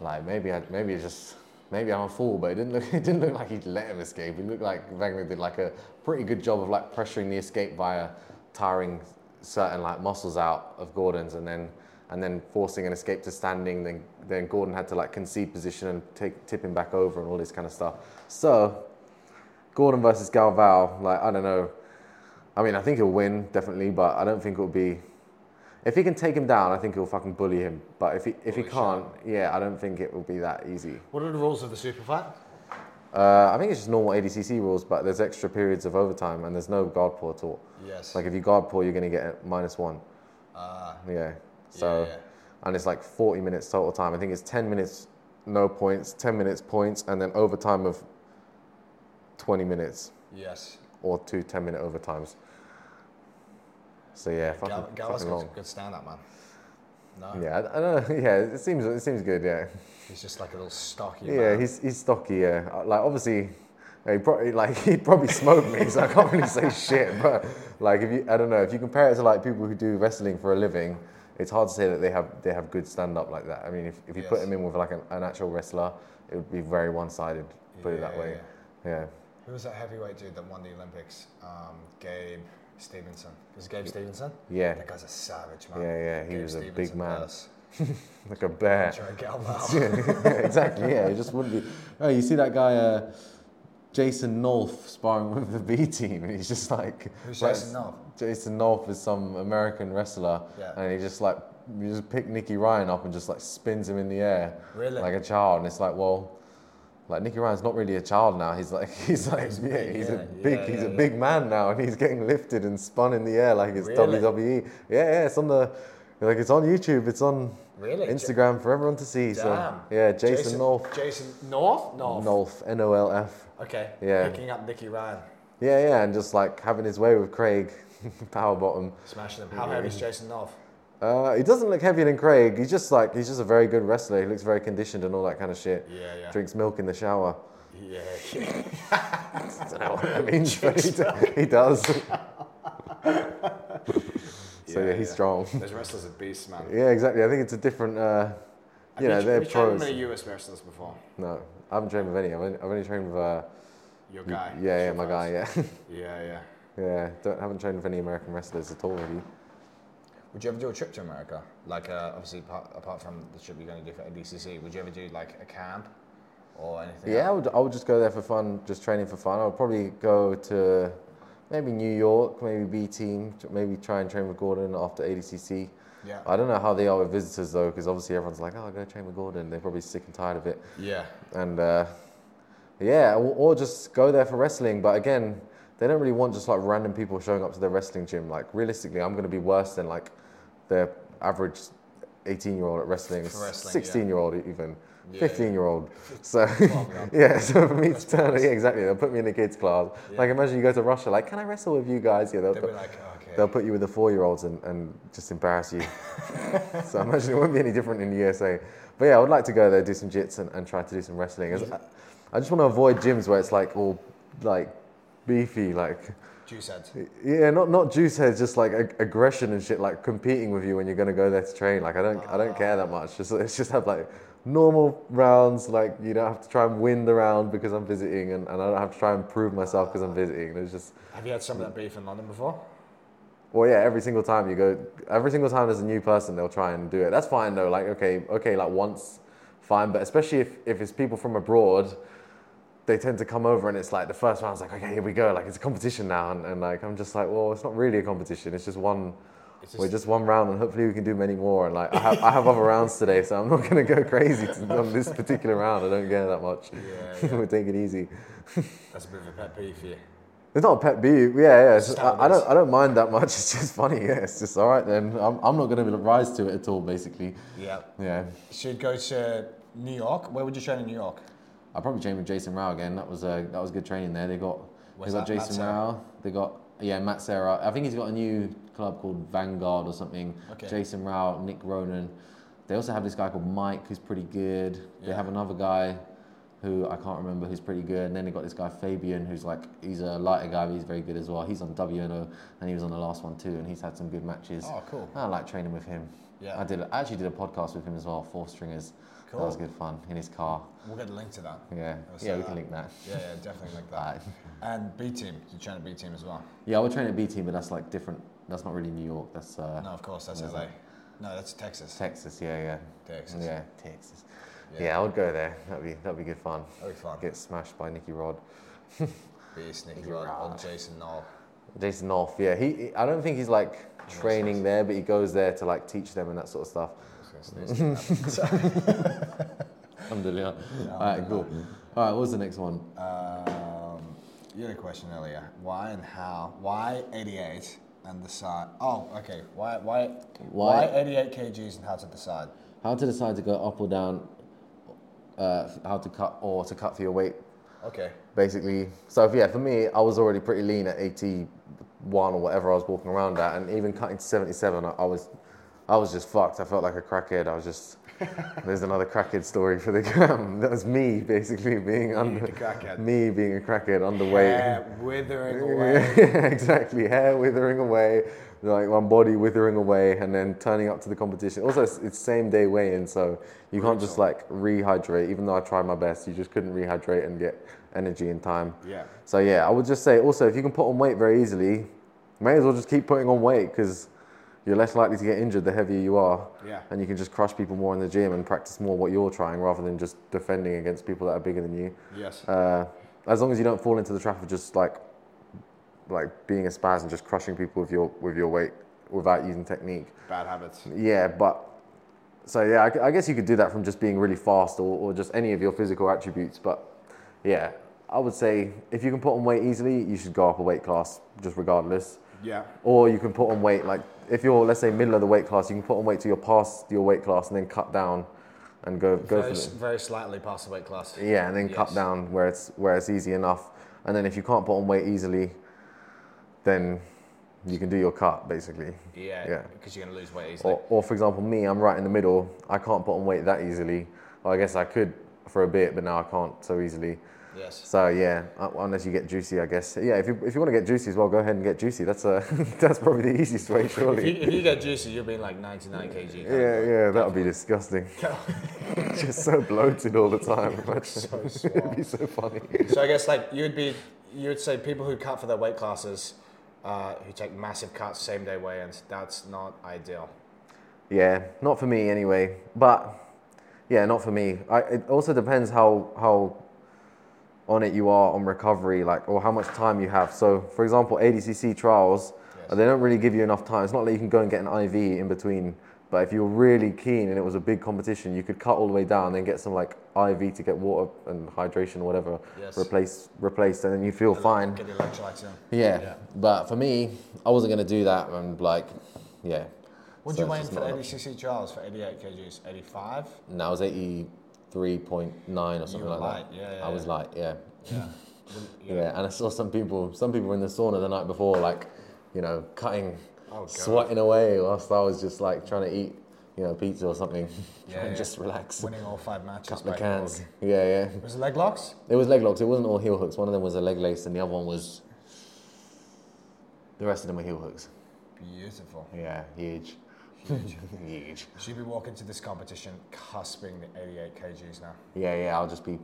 Speaker 2: like maybe I maybe it's just maybe I'm a fool, but it didn't look it didn't look like he let him escape. It looked like Wagner did like a pretty good job of like pressuring the escape via tiring certain like muscles out of Gordon's, and then. And then forcing an escape to standing, then then Gordon had to like concede position and take, tip him back over and all this kind of stuff. So Gordon versus Galval, like I don't know. I mean, I think he'll win definitely, but I don't think it'll be. If he can take him down, I think he'll fucking bully him. But if he if he
Speaker 1: Bully
Speaker 2: can't, yeah, I don't think it will be that easy.
Speaker 1: What are the rules of the super fight?
Speaker 2: Uh, I think it's just normal ADCC rules, but there's extra periods of overtime and there's no guard pull at all.
Speaker 1: Yes.
Speaker 2: Like if you guard pull, you're gonna get a minus one.
Speaker 1: uh,
Speaker 2: Yeah. So,
Speaker 1: yeah.
Speaker 2: and it's like 40 minutes total time. I think it's 10 minutes no points, 10 minutes points, and then overtime of 20 minutes.
Speaker 1: yes.
Speaker 2: or two 10 minute overtimes. So yeah,
Speaker 1: Gal-
Speaker 2: fucking,
Speaker 1: Gallows
Speaker 2: fucking
Speaker 1: got a
Speaker 2: long.
Speaker 1: good stand up, man. No.
Speaker 2: Yeah, I, I don't know. Yeah, it seems it seems good. Yeah,
Speaker 1: He's just like a little stocky.
Speaker 2: yeah,
Speaker 1: man.
Speaker 2: he's he's stocky. Yeah, Uh, like obviously, yeah, he probably like he'd probably smoke me, so I can't really say shit. But like, if you I don't know if you compare it to like people who do wrestling for a living, it's hard to say that they have they have good stand up like that. I mean, if, if you put
Speaker 1: Yes.
Speaker 2: him in with like an, an actual wrestler, it would be very one sided. Put it that
Speaker 1: Yeah,
Speaker 2: way.
Speaker 1: yeah.
Speaker 2: Yeah.
Speaker 1: Who was that heavyweight dude that won the Olympics? Um, Gabe Stevenson. Was it Gabe Stevenson?
Speaker 2: Yeah.
Speaker 1: That guy's a savage, man.
Speaker 2: Yeah, yeah, he
Speaker 1: Gabe
Speaker 2: was a big
Speaker 1: Stevenson
Speaker 2: man.
Speaker 1: versus
Speaker 2: like a bear.
Speaker 1: Joe Galbao.
Speaker 2: Yeah, exactly. Yeah, it just wouldn't be. Oh, you see that guy, uh, Jason North, sparring with the B team, and he's just like.
Speaker 1: Who's
Speaker 2: like,
Speaker 1: Jason North?
Speaker 2: Jason North is some American wrestler,
Speaker 1: Yeah.
Speaker 2: and he just like you just pick Nicky Ryan up and just like spins him in the air,
Speaker 1: Really?
Speaker 2: like a child, and it's like well. Like Nicky Ryan's not really a child now. He's like he's like yeah,
Speaker 1: big,
Speaker 2: he's
Speaker 1: yeah,
Speaker 2: a big
Speaker 1: yeah,
Speaker 2: he's
Speaker 1: yeah,
Speaker 2: a
Speaker 1: yeah.
Speaker 2: big man now, and he's getting lifted and spun in the air like it's
Speaker 1: Really?
Speaker 2: WWE. Yeah, yeah, it's on the You're like, it's on YouTube, it's on
Speaker 1: Really?
Speaker 2: Instagram for everyone to see. So
Speaker 1: Damn.
Speaker 2: yeah, Jason, North.
Speaker 1: Jason North? North.
Speaker 2: North, N O L F.
Speaker 1: Okay.
Speaker 2: Yeah.
Speaker 1: Picking up Nicky Ryan.
Speaker 2: Yeah, yeah, and just like having his way with Craig, power bottom.
Speaker 1: Smashing him. How heavy is Jason North?
Speaker 2: Uh, he doesn't look heavier than Craig. He's just like he's just a very good wrestler. He looks very conditioned and all that kind of shit.
Speaker 1: Yeah, yeah.
Speaker 2: Drinks milk in the shower.
Speaker 1: Yeah. yeah.
Speaker 2: I don't know what that means, but he, do- he does. so yeah, he's strong.
Speaker 1: Those wrestlers are beasts, man.
Speaker 2: Yeah, exactly. I think it's a different. Uh, you know,
Speaker 1: Have
Speaker 2: they're
Speaker 1: have trained
Speaker 2: pros.
Speaker 1: many US wrestlers before.
Speaker 2: No, I haven't trained with any. I've only, I've only trained with. Uh,
Speaker 1: Your guy.
Speaker 2: yeah, yeah, my guy. Yeah,
Speaker 1: Yeah, yeah.
Speaker 2: yeah. Don't haven't trained with any American wrestlers at all. Really.
Speaker 1: Would you ever do a trip to America? Like, uh, obviously, apart, apart from the trip you're going to do for DCC, would you ever do like a camp or anything?
Speaker 2: Yeah, I would, I would just go there for fun, just training for fun. I would probably go to maybe New York, maybe B team, t- maybe try and train with Gordon after ADCC.
Speaker 1: Yeah.
Speaker 2: I don't know how they are with visitors though, because obviously everyone's like, oh, go train with Gordon. They're probably sick and tired of it.
Speaker 1: Yeah.
Speaker 2: And uh, yeah, or, or just go there for wrestling. But again, they don't really want just like random people showing up to their wrestling gym. Like realistically, I'm going to be worse than like the average 18 year old at wrestling,
Speaker 1: For wrestling, yeah.
Speaker 2: 16 year old even,
Speaker 1: Yeah,
Speaker 2: 15 year old. So
Speaker 1: man.
Speaker 2: yeah, so for me to turn, yeah, exactly, they'll put me in a kids class. Like imagine you go to Russia, like, can I wrestle with you guys? Yeah, they'll,
Speaker 1: They'd be like, "Oh, okay.
Speaker 2: they'll put you with the four year olds and, and just embarrass you. so I imagine it wouldn't be any different in the USA. But yeah, I would like to go there, do some jits, and, and try to do some wrestling. As- I, I just want to avoid gyms where it's like all like beefy, like
Speaker 1: Juice heads.
Speaker 2: yeah, not not juice heads, just like ag- aggression and shit, like competing with you when you're gonna go there to train. Like I don't I don't care that much. Just it's just have like normal rounds. Like you don't have to try and win the round because I'm visiting, and, and I don't have to try and prove myself because I'm visiting. It's just
Speaker 1: Have you had some of that beef in London before?
Speaker 2: well, yeah, every single time you go, every single time there's a new person, they'll try and do it. That's fine though. Like, okay, okay, like once, fine. But especially if, if it's people from abroad, they tend to come over and it's like the first round's like, okay, here we go. Like, it's a competition now. And, and like, I'm just like, well, it's not really a competition. It's just one,
Speaker 1: It's
Speaker 2: we're
Speaker 1: just-
Speaker 2: just one round and hopefully we can do many more. And like, I have, I have other rounds today, so I'm not going to go crazy to, on this particular round. I don't care that much.
Speaker 1: Yeah,
Speaker 2: we take it easy.
Speaker 1: That's a bit of a pet peeve for you.
Speaker 2: It's not a pet peeve. Yeah, yeah. It's
Speaker 1: Just how it
Speaker 2: I, I
Speaker 1: is.
Speaker 2: don't. I don't mind that much. It's just funny. Yeah. It's just all right then. I'm. I'm not going to rise to it at all. Basically.
Speaker 1: Yeah.
Speaker 2: Yeah.
Speaker 1: So you'd go to New York. Where would you train in New York?
Speaker 2: I probably trained with Jason Rao again. That was uh, that was good training there. They got.
Speaker 1: Where's
Speaker 2: they got
Speaker 1: that? Matt
Speaker 2: Jason
Speaker 1: Serra?
Speaker 2: Rao. They got yeah Matt Serra. I think he's got a new club called Vanguard or something.
Speaker 1: Okay.
Speaker 2: Jason Rao, Nick Ronan. They also have this guy called Mike who's pretty good. They
Speaker 1: Yeah.
Speaker 2: have another guy who I can't remember who's pretty good. And then they got this guy Fabian who's like he's a lighter guy, but he's very good as well. He's on WNO and he was on the last one too, and he's had some good matches.
Speaker 1: Oh, cool.
Speaker 2: I like training with him.
Speaker 1: Yeah.
Speaker 2: I did. I actually did a podcast with him as well, Four Stringers. That was
Speaker 1: Cool.
Speaker 2: good fun in his car.
Speaker 1: We'll get a link to that.
Speaker 2: Yeah.
Speaker 1: I'll say
Speaker 2: Yeah, we
Speaker 1: that.
Speaker 2: can link that.
Speaker 1: Yeah, yeah, definitely like that.
Speaker 2: Alright.
Speaker 1: And B team. You train at B team as well?
Speaker 2: Yeah, I would train at B team, but that's like different. That's not really New York. That's uh,
Speaker 1: No, of course. That's LA. No, that's Texas.
Speaker 2: Texas. Yeah, yeah.
Speaker 1: Texas.
Speaker 2: Yeah,
Speaker 1: Yeah.
Speaker 2: Texas. Yeah. I would go there. That'd be that'd be good fun.
Speaker 1: That'd be fun.
Speaker 2: Get smashed by Nicky Rod,
Speaker 1: Beast, Nicky
Speaker 2: You're
Speaker 1: Rod,
Speaker 2: right.
Speaker 1: old Jason Knoll.
Speaker 2: Jason North. Yeah, he. he- I don't think he's like training there, but he goes there to like teach them and that sort of stuff. Alhamdulillah. All right, cool. All right, what was the next one?
Speaker 1: Um, you had a question earlier. Why and how? Why 88 and the side? Oh, okay. Why why
Speaker 2: Why-
Speaker 1: why 88 kgs and how to decide?
Speaker 2: How to decide to go up or down. Uh, how to cut or to cut for your weight
Speaker 1: Okay.
Speaker 2: basically. So yeah, for me, I was already pretty lean at 81 or whatever I was walking around at, and even cutting to 77, I, I was, I was just fucked. I felt like a crackhead. I was just. There's another crackhead story for the gram. That was me basically being under
Speaker 1: crackhead.
Speaker 2: me being a crackhead underweight.
Speaker 1: Hair withering away.
Speaker 2: Yeah, exactly. Hair withering away, like my body withering away, and then turning up to the competition. Also, it's, it's same day weigh in, so you can't just like rehydrate. Even though I tried my best, you just couldn't rehydrate and get energy in time.
Speaker 1: Yeah.
Speaker 2: So yeah, I would just say also if you can put on weight very easily, may as well just keep putting on weight because you're less likely to get injured the heavier you are.
Speaker 1: Yeah.
Speaker 2: And you can just crush people more in the gym and practice more what you're trying rather than just defending against people that are bigger than you
Speaker 1: Yes.
Speaker 2: uh, as long as you don't fall into the trap of just like like being a spaz and just crushing people with your with your weight without using technique.
Speaker 1: Bad habits.
Speaker 2: Yeah, but so yeah, I, gu- I guess you could do that from just being really fast or, or just any of your physical attributes. But yeah, I would say if you can put on weight easily, you should go up a weight class just regardless.
Speaker 1: Yeah.
Speaker 2: Or you can put on weight like if you're let's say middle of the weight class, you can put on weight till you're past your weight class and then cut down and go go
Speaker 1: very,
Speaker 2: for
Speaker 1: s-
Speaker 2: it.
Speaker 1: very slightly past the weight class.
Speaker 2: Yeah, and then cut
Speaker 1: Yes.
Speaker 2: down where it's where it's easy enough. And then if you can't put on weight easily, then you can do your cut basically.
Speaker 1: Yeah,
Speaker 2: Yeah. Oh.
Speaker 1: because you're going to lose weight easily.
Speaker 2: Or, or for example, me, I'm right in the middle. I can't put on weight that easily. Well, I guess I could for a bit, but now I can't so easily.
Speaker 1: Yes.
Speaker 2: So yeah, uh, unless you get juicy, I guess. Yeah, if you if you want to get juicy as well, go ahead and get juicy. That's a that's probably the easiest way,
Speaker 1: If you,
Speaker 2: surely.
Speaker 1: if you get juicy, you'll be like 99 kg.
Speaker 2: Yeah, yeah, that would be disgusting. Just so bloated all the time.
Speaker 1: So
Speaker 2: It'd
Speaker 1: small.
Speaker 2: be so funny.
Speaker 1: So I guess like you'd be, you would say people who cut for their weight classes, uh, who take massive cuts same day weigh-ins, that's not ideal.
Speaker 2: Yeah, not for me anyway. But yeah, not for me. I, it also depends how how on it you are on recovery, like or how much time you have. So, for example, ADCC trials,
Speaker 1: Yes.
Speaker 2: they don't really give you enough time. It's not like you can go and get an IV in between. But if you're really keen and it was a big competition, you could cut all the way down, then get some like IV to get water and hydration, or whatever,
Speaker 1: Yes.
Speaker 2: replace replaced, and then you feel fine.
Speaker 1: Get the electrolytes in.
Speaker 2: Yeah.
Speaker 1: Yeah.
Speaker 2: But for me, I wasn't gonna do that, and like, yeah.
Speaker 1: What
Speaker 2: So
Speaker 1: did you
Speaker 2: it's
Speaker 1: weigh in
Speaker 2: just
Speaker 1: for
Speaker 2: not
Speaker 1: the
Speaker 2: enough.
Speaker 1: ABCC trials for 88 kgs? 85?
Speaker 2: And I was 83.9 or something
Speaker 1: were
Speaker 2: like
Speaker 1: light,
Speaker 2: that.
Speaker 1: yeah, yeah,
Speaker 2: I was
Speaker 1: yeah.
Speaker 2: light, yeah.
Speaker 1: Yeah.
Speaker 2: yeah. And I saw some people, some people were in the sauna the night before, like, you know, cutting,
Speaker 1: Oh, God.
Speaker 2: sweating away whilst I was just like trying to eat, you know, pizza or something
Speaker 1: Yeah,
Speaker 2: and
Speaker 1: yeah.
Speaker 2: just relax.
Speaker 1: Winning all five matches.
Speaker 2: Cut the
Speaker 1: by
Speaker 2: cans.
Speaker 1: goal.
Speaker 2: Yeah, yeah.
Speaker 1: Was it leg locks?
Speaker 2: It was leg locks. It wasn't all heel hooks. One of them was a leg lace, and the other one was. The rest of them were heel hooks.
Speaker 1: Beautiful.
Speaker 2: Yeah, huge. huge.
Speaker 1: She'd be walking to this competition cusping the 88 kgs now.
Speaker 2: Yeah, yeah, I'll just be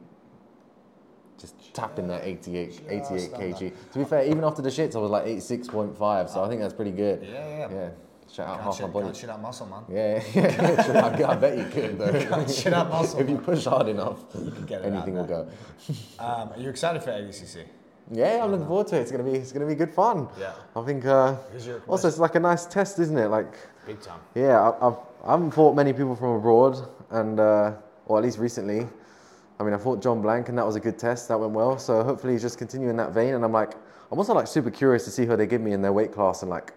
Speaker 2: just tapping that 88,
Speaker 1: Just
Speaker 2: 88
Speaker 1: on
Speaker 2: kg. To be fair, even after the shits, I was like 86.5, so I think that's pretty good.
Speaker 1: Yeah, yeah.
Speaker 2: Yeah, shout out
Speaker 1: Can't,
Speaker 2: half my
Speaker 1: shit,
Speaker 2: body.
Speaker 1: can't shit out muscle, man.
Speaker 2: Yeah, yeah, literally, I, I bet you could though.
Speaker 1: Can't shit out muscle.
Speaker 2: if you push hard enough,
Speaker 1: get it out
Speaker 2: anything will go.
Speaker 1: Um, are you excited for ADCC?
Speaker 2: Yeah, I'm looking forward to it. It's gonna be, it's gonna be good fun.
Speaker 1: Yeah.
Speaker 2: I think. Uh,
Speaker 1: Who's your
Speaker 2: also, it's like a nice test, isn't it? Like,
Speaker 1: Big time.
Speaker 2: yeah, I, I've I haven't fought many people from abroad, and uh, or at least recently. I mean, I fought John Blank, and that was a good test. That went well. So hopefully, just continue in that vein. And I'm like, I'm also like super curious to see who they give me in their weight class, and like,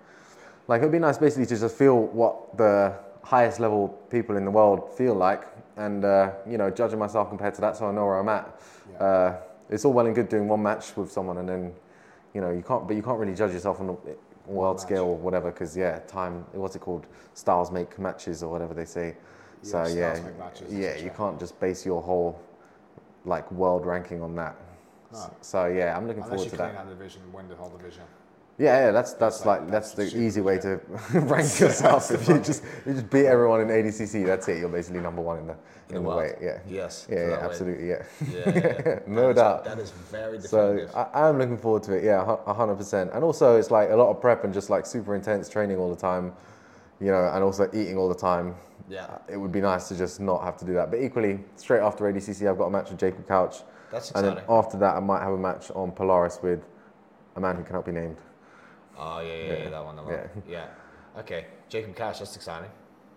Speaker 2: like it'd be nice basically to just feel what the highest level people in the world feel like, and uh, you know, judging myself compared to that, so I know where I'm at. Uh, it's all well and good doing one match with someone, and then you know, you can't, but you can't really judge yourself on a world scale or whatever, because yeah, time, what's it called? Styles make matches or whatever they say. so
Speaker 1: styles
Speaker 2: yeah,
Speaker 1: make matches,
Speaker 2: yeah, you can't just base your whole like world ranking on that. S- So yeah, I'm looking
Speaker 1: Unless you
Speaker 2: forward to
Speaker 1: clean
Speaker 2: that.
Speaker 1: out the division and win the whole division.
Speaker 2: Yeah, yeah, that's that's
Speaker 1: like-
Speaker 2: like, that's,
Speaker 1: that's
Speaker 2: the
Speaker 1: super
Speaker 2: easy way to rank yourself. if you just you just beat everyone in ADCC, that's it. You're basically number one in the in,
Speaker 1: the
Speaker 2: the
Speaker 1: world.
Speaker 2: weight. Yeah,
Speaker 1: Yes. so
Speaker 2: yeah, yeah
Speaker 1: that way-
Speaker 2: absolutely, yeah.
Speaker 1: Yeah, yeah, yeah. That
Speaker 2: No
Speaker 1: is-
Speaker 2: doubt.
Speaker 1: That is very
Speaker 2: So
Speaker 1: definitive.
Speaker 2: I, I'm looking forward to it. Yeah, hu- a hundred percent. And also, it's like a lot of prep and just like super intense training all the time, you know, and also eating all the time.
Speaker 1: yeah.
Speaker 2: It would be nice to just not have to do that. But equally, straight after ADCC, I've got a match with Jacob Couch,
Speaker 1: That's
Speaker 2: and
Speaker 1: exciting.
Speaker 2: then after that, I might have a match on Polaris with a man who cannot be named.
Speaker 1: Oh, yeah, yeah, yeah, that one. That one. Yeah.
Speaker 2: Yeah.
Speaker 1: Okay. Jacob Cash, that's exciting.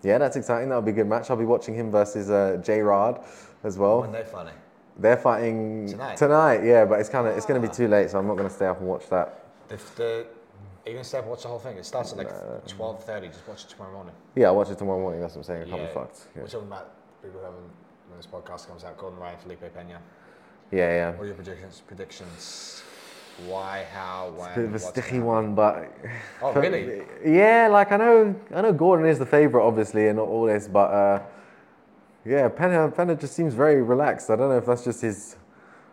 Speaker 2: Yeah, that's exciting. That'll be a good match. I'll be watching him versus uh, J Rod as well.
Speaker 1: When they Oh, funny.
Speaker 2: They're fighting
Speaker 1: Tonight? Ah.
Speaker 2: yeah, but it's kind of it's going to be too late, so I'm not going to stay up and watch that.
Speaker 1: The, the, are you going to stay up and watch the whole thing? It starts at like 12.30. Just watch it tomorrow morning.
Speaker 2: Yeah, I'll watch it tomorrow morning. That's what I'm saying. I can't
Speaker 1: Yeah.
Speaker 2: be fucked. Yeah.
Speaker 1: We're talking about people who haven't, when this podcast comes out, Gordon Ryan, Felipe Pena.
Speaker 2: yeah, yeah.
Speaker 1: What are your predictions? Predictions? Why, how, when?
Speaker 2: Bit of a
Speaker 1: what's
Speaker 2: sticky
Speaker 1: gonna-
Speaker 2: one, but
Speaker 1: Oh, really?
Speaker 2: yeah, like I know, I know Gordon is the favorite, obviously, and all this, but uh, yeah, Penna, Penna just seems very relaxed. I don't know if that's just his,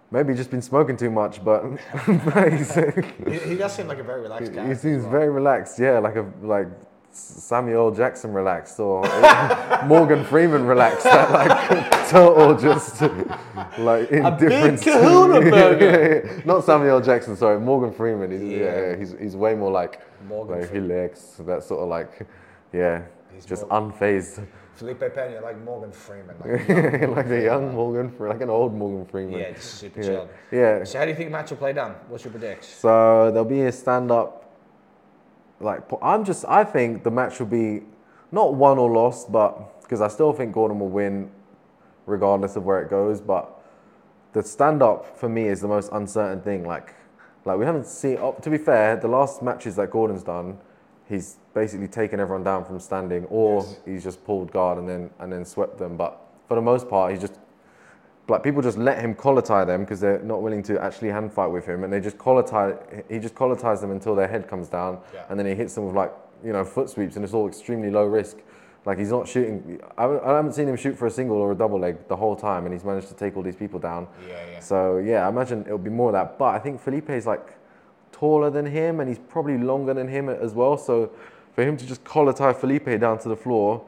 Speaker 2: maybe just been smoking too much, but he's-
Speaker 1: he, he does seem like a very relaxed guy.
Speaker 2: he seems very relaxed. Yeah, like a like Samuel Jackson relaxed or Morgan Freeman relaxed. That like total just like indifference.
Speaker 1: kahuna burger.
Speaker 2: Not Samuel Jackson, sorry, Morgan Freeman. He's, yeah.
Speaker 1: Yeah.
Speaker 2: yeah, he's he's way more like
Speaker 1: Morgan
Speaker 2: like relaxed. That sort of like yeah,
Speaker 1: He's
Speaker 2: just
Speaker 1: more-
Speaker 2: unfazed.
Speaker 1: Felipe Pena, like Morgan Freeman. Like,
Speaker 2: like a young Morgan, Fre- like an old Morgan Freeman.
Speaker 1: yeah, just super
Speaker 2: yeah.
Speaker 1: chill.
Speaker 2: yeah.
Speaker 1: So how do you think the match will play down? What's your prediction?
Speaker 2: So there'll be a stand up. Like po- I'm just, I think the match will be not won or lost, but because I still think Gordon will win, regardless of where it goes. But the stand up for me is the most uncertain thing. Like, like we haven't seen. oh, To be fair, the last matches that Gordon's done, he's basically taken everyone down from standing, or
Speaker 1: Yes.
Speaker 2: he's just pulled guard and then and then swept them. But for the most part, he just like people just let him collar tie them because they're not willing to actually hand fight with him, and they just collar tie. He just collar ties them until their head comes down,
Speaker 1: Yeah.
Speaker 2: and then he hits them with like you know foot sweeps, and it's all extremely low risk. Like he's not shooting. I haven't- I haven't seen him shoot for a single or a double leg the whole time, and he's managed to take all these people down.
Speaker 1: Yeah, yeah.
Speaker 2: So yeah, I imagine it'll be more of that. But I think Felipe's like taller than him, and he's probably longer than him as well. So for him to just collar tie Felipe down to the floor,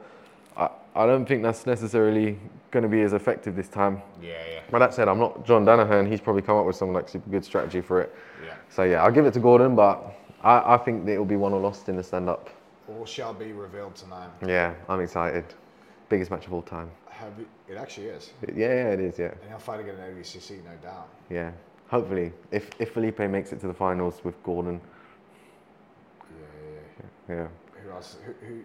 Speaker 2: I, I don't think that's necessarily going to be as effective this time.
Speaker 1: Yeah, yeah,
Speaker 2: But that said, I'm not John Danaher, and He's probably come up with some like super good strategy for it.
Speaker 1: yeah.
Speaker 2: So yeah, I'll give it to Gordon, but I, I think that it'll be won or lost in the stand-up.
Speaker 1: All shall be revealed tonight.
Speaker 2: Yeah, I'm excited. Biggest match of all time.
Speaker 1: Have you, it actually is.
Speaker 2: Yeah, yeah, it is. Yeah.
Speaker 1: And he'll fight again in ODCC, no doubt.
Speaker 2: Yeah, hopefully, if if Felipe makes it to the finals with Gordon,
Speaker 1: Yeah, yeah,
Speaker 2: yeah,
Speaker 1: yeah. Who else? Who, who,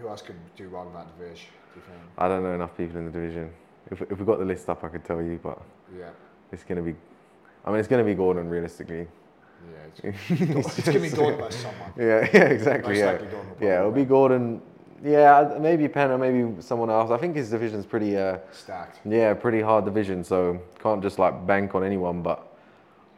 Speaker 1: who else could do well in that division? Do you think?
Speaker 2: I don't know enough people in the division. If if we got the list up, I could tell you, but
Speaker 1: Yeah,
Speaker 2: it's gonna be, I mean, it's gonna be Gordon realistically.
Speaker 1: yeah. It's, it's gonna be Gordon by someone.
Speaker 2: Yeah, yeah, exactly.
Speaker 1: Most
Speaker 2: yeah,
Speaker 1: likely Gordon will probably
Speaker 2: yeah, it'll be
Speaker 1: win.
Speaker 2: Gordon. Yeah, I- maybe Penn or maybe someone else. I think his division's pretty, uh,
Speaker 1: Stacked.
Speaker 2: yeah, pretty hard division, so can't just like bank on anyone. But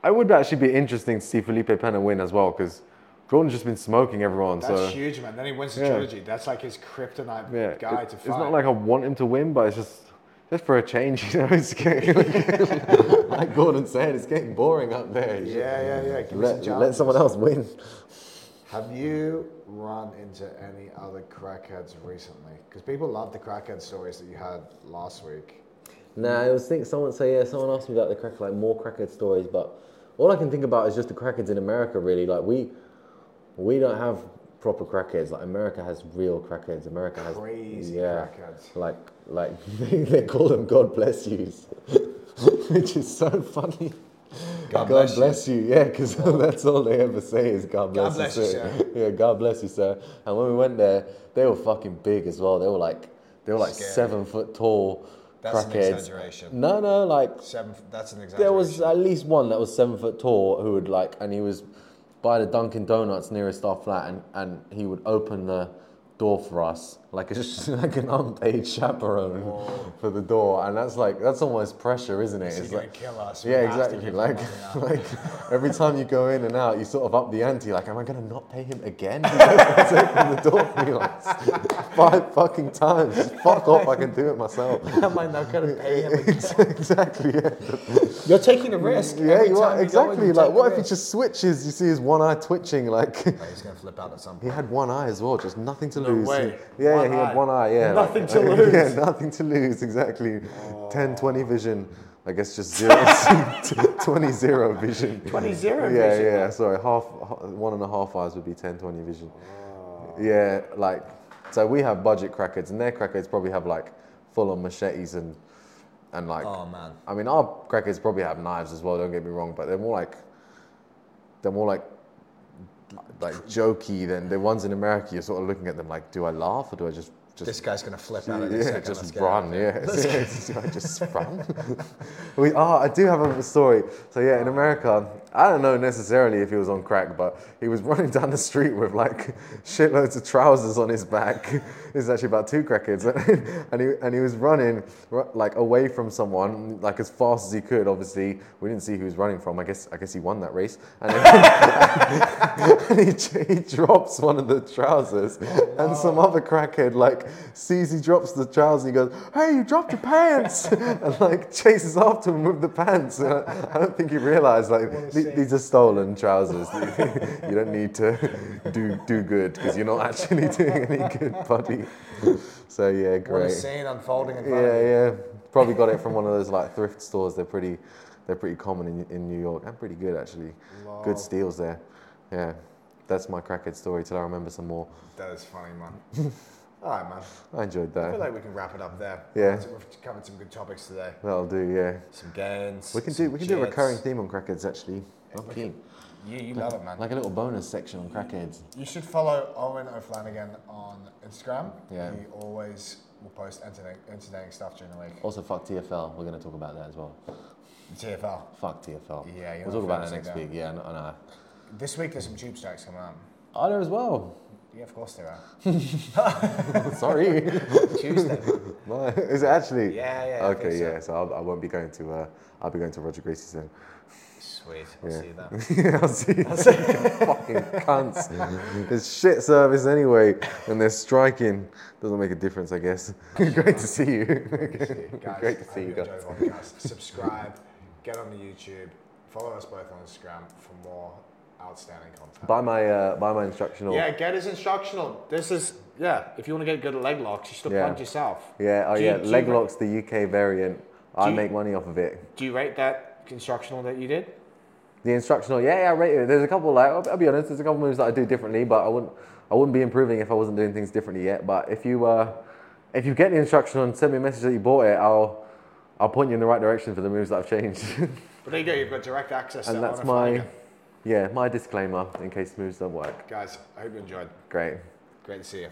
Speaker 2: it would actually be interesting to see Felipe Penna win as well, because Gordon's just been smoking everyone.
Speaker 1: That's
Speaker 2: so
Speaker 1: huge, man. Then he wins the
Speaker 2: Yeah.
Speaker 1: trilogy. That's like his kryptonite
Speaker 2: yeah,
Speaker 1: guy
Speaker 2: it-
Speaker 1: to fight.
Speaker 2: It's not like I want him to win, but it's just just for a change, you know. It's getting, like Gordon said, it's getting boring up there.
Speaker 1: Yeah, yeah, yeah. Give me some
Speaker 2: Let, let
Speaker 1: challenges.
Speaker 2: someone else win.
Speaker 1: Have you run into any other crackheads recently? Because people love the crackhead stories that you had last week.
Speaker 2: Nah, I was think someone say yeah. Someone asked me about the crack, like more crackhead stories, but all I can think about is just the crackheads in America. Really, like we we don't have proper crackheads. Like America has real crackheads. America has
Speaker 1: Crazy crackheads.
Speaker 2: Like like they, they call them God bless yous, which is so funny.
Speaker 1: God
Speaker 2: God,
Speaker 1: bless
Speaker 2: bless,
Speaker 1: you.
Speaker 2: you. Yeah, 'cause yeah, because that's all they ever say is God bless,
Speaker 1: bless you,
Speaker 2: you,
Speaker 1: sir.
Speaker 2: Yeah, God bless you, sir. And when we went there, they were fucking big as well. They were like they were like
Speaker 1: Scary.
Speaker 2: seven foot tall.
Speaker 1: That's an
Speaker 2: crackheads.
Speaker 1: exaggeration.
Speaker 2: No, no, like
Speaker 1: Seven. That's an exaggeration.
Speaker 2: there was uh, at least one that was seven foot tall who would like, and he was by the Dunkin' Donuts nearest our flat, and, and he would open the door for us like it's like an unpaid chaperone for the door, and that's like that's almost pressure, isn't it?
Speaker 1: Is he
Speaker 2: it's
Speaker 1: gonna
Speaker 2: like
Speaker 1: kill us? We
Speaker 2: Yeah,
Speaker 1: have to
Speaker 2: exactly.
Speaker 1: give him
Speaker 2: Like
Speaker 1: money now.
Speaker 2: like every time you go in and out, you sort of up the ante. Like, am I gonna not pay him again? He's opened the door for me like five fucking times. Fuck off! I can do it myself.
Speaker 3: Am I not gonna pay him?
Speaker 2: exactly. Yeah.
Speaker 3: You're taking a risk.
Speaker 2: Yeah,
Speaker 3: Every
Speaker 2: you
Speaker 3: time
Speaker 2: are
Speaker 3: you go in,
Speaker 2: exactly.
Speaker 3: you
Speaker 2: Like,
Speaker 3: take a
Speaker 2: what if he
Speaker 3: risk.
Speaker 2: just switches? You see his one eye twitching. Like
Speaker 1: He's gonna flip out at some
Speaker 2: he
Speaker 1: point.
Speaker 2: had one eye as well, just nothing to lose.
Speaker 1: way.
Speaker 2: Yeah,
Speaker 1: One
Speaker 2: yeah, he
Speaker 1: eye.
Speaker 2: had one eye. Yeah,
Speaker 3: Nothing to
Speaker 2: Yeah,
Speaker 3: lose.
Speaker 2: nothing to lose. Exactly. 10, 20 vision. I guess just zero, 20, zero vision.
Speaker 3: 20 zero
Speaker 2: Yeah,
Speaker 3: vision.
Speaker 2: yeah. Sorry, half, h- one and a half eyes would be 10, 20 vision. Yeah, like so we have budget crackheads, and their crackheads probably have like full on machetes and and like
Speaker 1: Oh man.
Speaker 2: I mean, our crackheads probably have knives as well. Don't get me wrong, but they're more like they're more like like jokey than the ones in America. You're sort of looking at them like, do I laugh or do I just just
Speaker 1: This guy's gonna flip out in a
Speaker 2: yeah,
Speaker 1: second. Let's
Speaker 2: just
Speaker 1: get out.
Speaker 2: run, yeah. Do I just run? we are. I do have a story. So yeah, in America, I don't know necessarily if he was on crack, but he was running down the street with like shitloads of trousers on his back. It's actually about two crackheads, and he and he was running ru- like away from someone like as fast as he could. Obviously, we didn't see who he was running from. I guess I guess he won that race, and and he, he drops one of the trousers, and some other crackhead like sees he drops the trousers, and he goes, "Hey, you dropped your pants!" and like chases after him with the pants. And I, I don't think he realised like "The- these are stolen trousers. you don't need to do do good because you're not actually doing any good, buddy. So yeah,
Speaker 1: What a
Speaker 2: great.
Speaker 1: scene unfolding in front
Speaker 2: Yeah,
Speaker 1: of you.
Speaker 2: yeah. Probably got it from one of those like thrift stores. They're pretty, they're pretty common in, in New York and pretty good actually.
Speaker 1: Lol.
Speaker 2: Good steals there. Yeah, that's my crackhead story till I remember some more.
Speaker 1: That is funny, man. All right, man.
Speaker 2: I enjoyed
Speaker 1: I feel
Speaker 2: that.
Speaker 1: like we can wrap it up there.
Speaker 2: Yeah.
Speaker 1: We've covered some good topics today.
Speaker 2: That'll do. Yeah,
Speaker 1: Some gains.
Speaker 2: we can
Speaker 1: some
Speaker 2: do we can do a
Speaker 1: jits.
Speaker 2: recurring theme on crackheads actually. Okay.
Speaker 1: You, you love it, man.
Speaker 2: Like a little bonus section on crackheads.
Speaker 1: You should follow Owen O'Flanagan on Instagram.
Speaker 2: Yeah.
Speaker 1: He always will post entertaining, entertaining stuff during the week.
Speaker 2: Also, fuck TFL. We're gonna talk about that as well.
Speaker 1: TFL.
Speaker 2: Fuck TFL.
Speaker 1: Yeah, you're
Speaker 2: we'll talk
Speaker 1: not
Speaker 2: about that
Speaker 1: fancy
Speaker 2: next
Speaker 1: that.
Speaker 2: week. Yeah, I know.
Speaker 1: This week there's some tube strikes coming up.
Speaker 2: I know as well.
Speaker 1: Yeah, of course there are.
Speaker 2: Sorry.
Speaker 1: Tuesday.
Speaker 2: No, Is it actually?
Speaker 1: Yeah, yeah, I think
Speaker 2: okay,
Speaker 1: so.
Speaker 2: yeah. So I'll, I won't be going to. Uh, I'll be going to Roger Gracie's then.
Speaker 1: Sweet. I'll see you then.
Speaker 2: I'll see. you fucking cunts. There's shit service anyway, and they're striking. Doesn't make a difference, I guess. Great to see you.
Speaker 1: guys,
Speaker 2: Great to
Speaker 1: I hope
Speaker 2: see you
Speaker 1: enjoy the podcast. Subscribe, get on the YouTube, follow us both on Instagram for more outstanding content.
Speaker 2: buy my uh, buy my instructional.
Speaker 1: yeah, get his instructional. This is yeah. If you want to get good at leg locks, you still
Speaker 2: Yeah.
Speaker 1: punch yourself.
Speaker 2: Yeah, oh
Speaker 1: Do you-
Speaker 2: yeah.
Speaker 1: do you
Speaker 2: Leg
Speaker 1: re-
Speaker 2: locks, the UK variant. I
Speaker 1: you-
Speaker 2: make money off of it.
Speaker 1: Do you rate that instructional that you did?
Speaker 2: The instructional, yeah, yeah, I rate it. There's a couple like I'll, I'll be honest, there's a couple moves that I do differently, but I wouldn't I wouldn't be improving if I wasn't doing things differently yet. But if you uh, if you get the instructional and send me a message that you bought it, I'll I'll point you in the right direction for the moves that I've changed.
Speaker 1: But there you go. You've got direct access. to
Speaker 2: and
Speaker 1: it
Speaker 2: that's
Speaker 1: on a phone.
Speaker 2: my yeah, my disclaimer in case moves don't work.
Speaker 1: Guys, I hope you enjoyed.
Speaker 2: Great.
Speaker 1: Great to see you.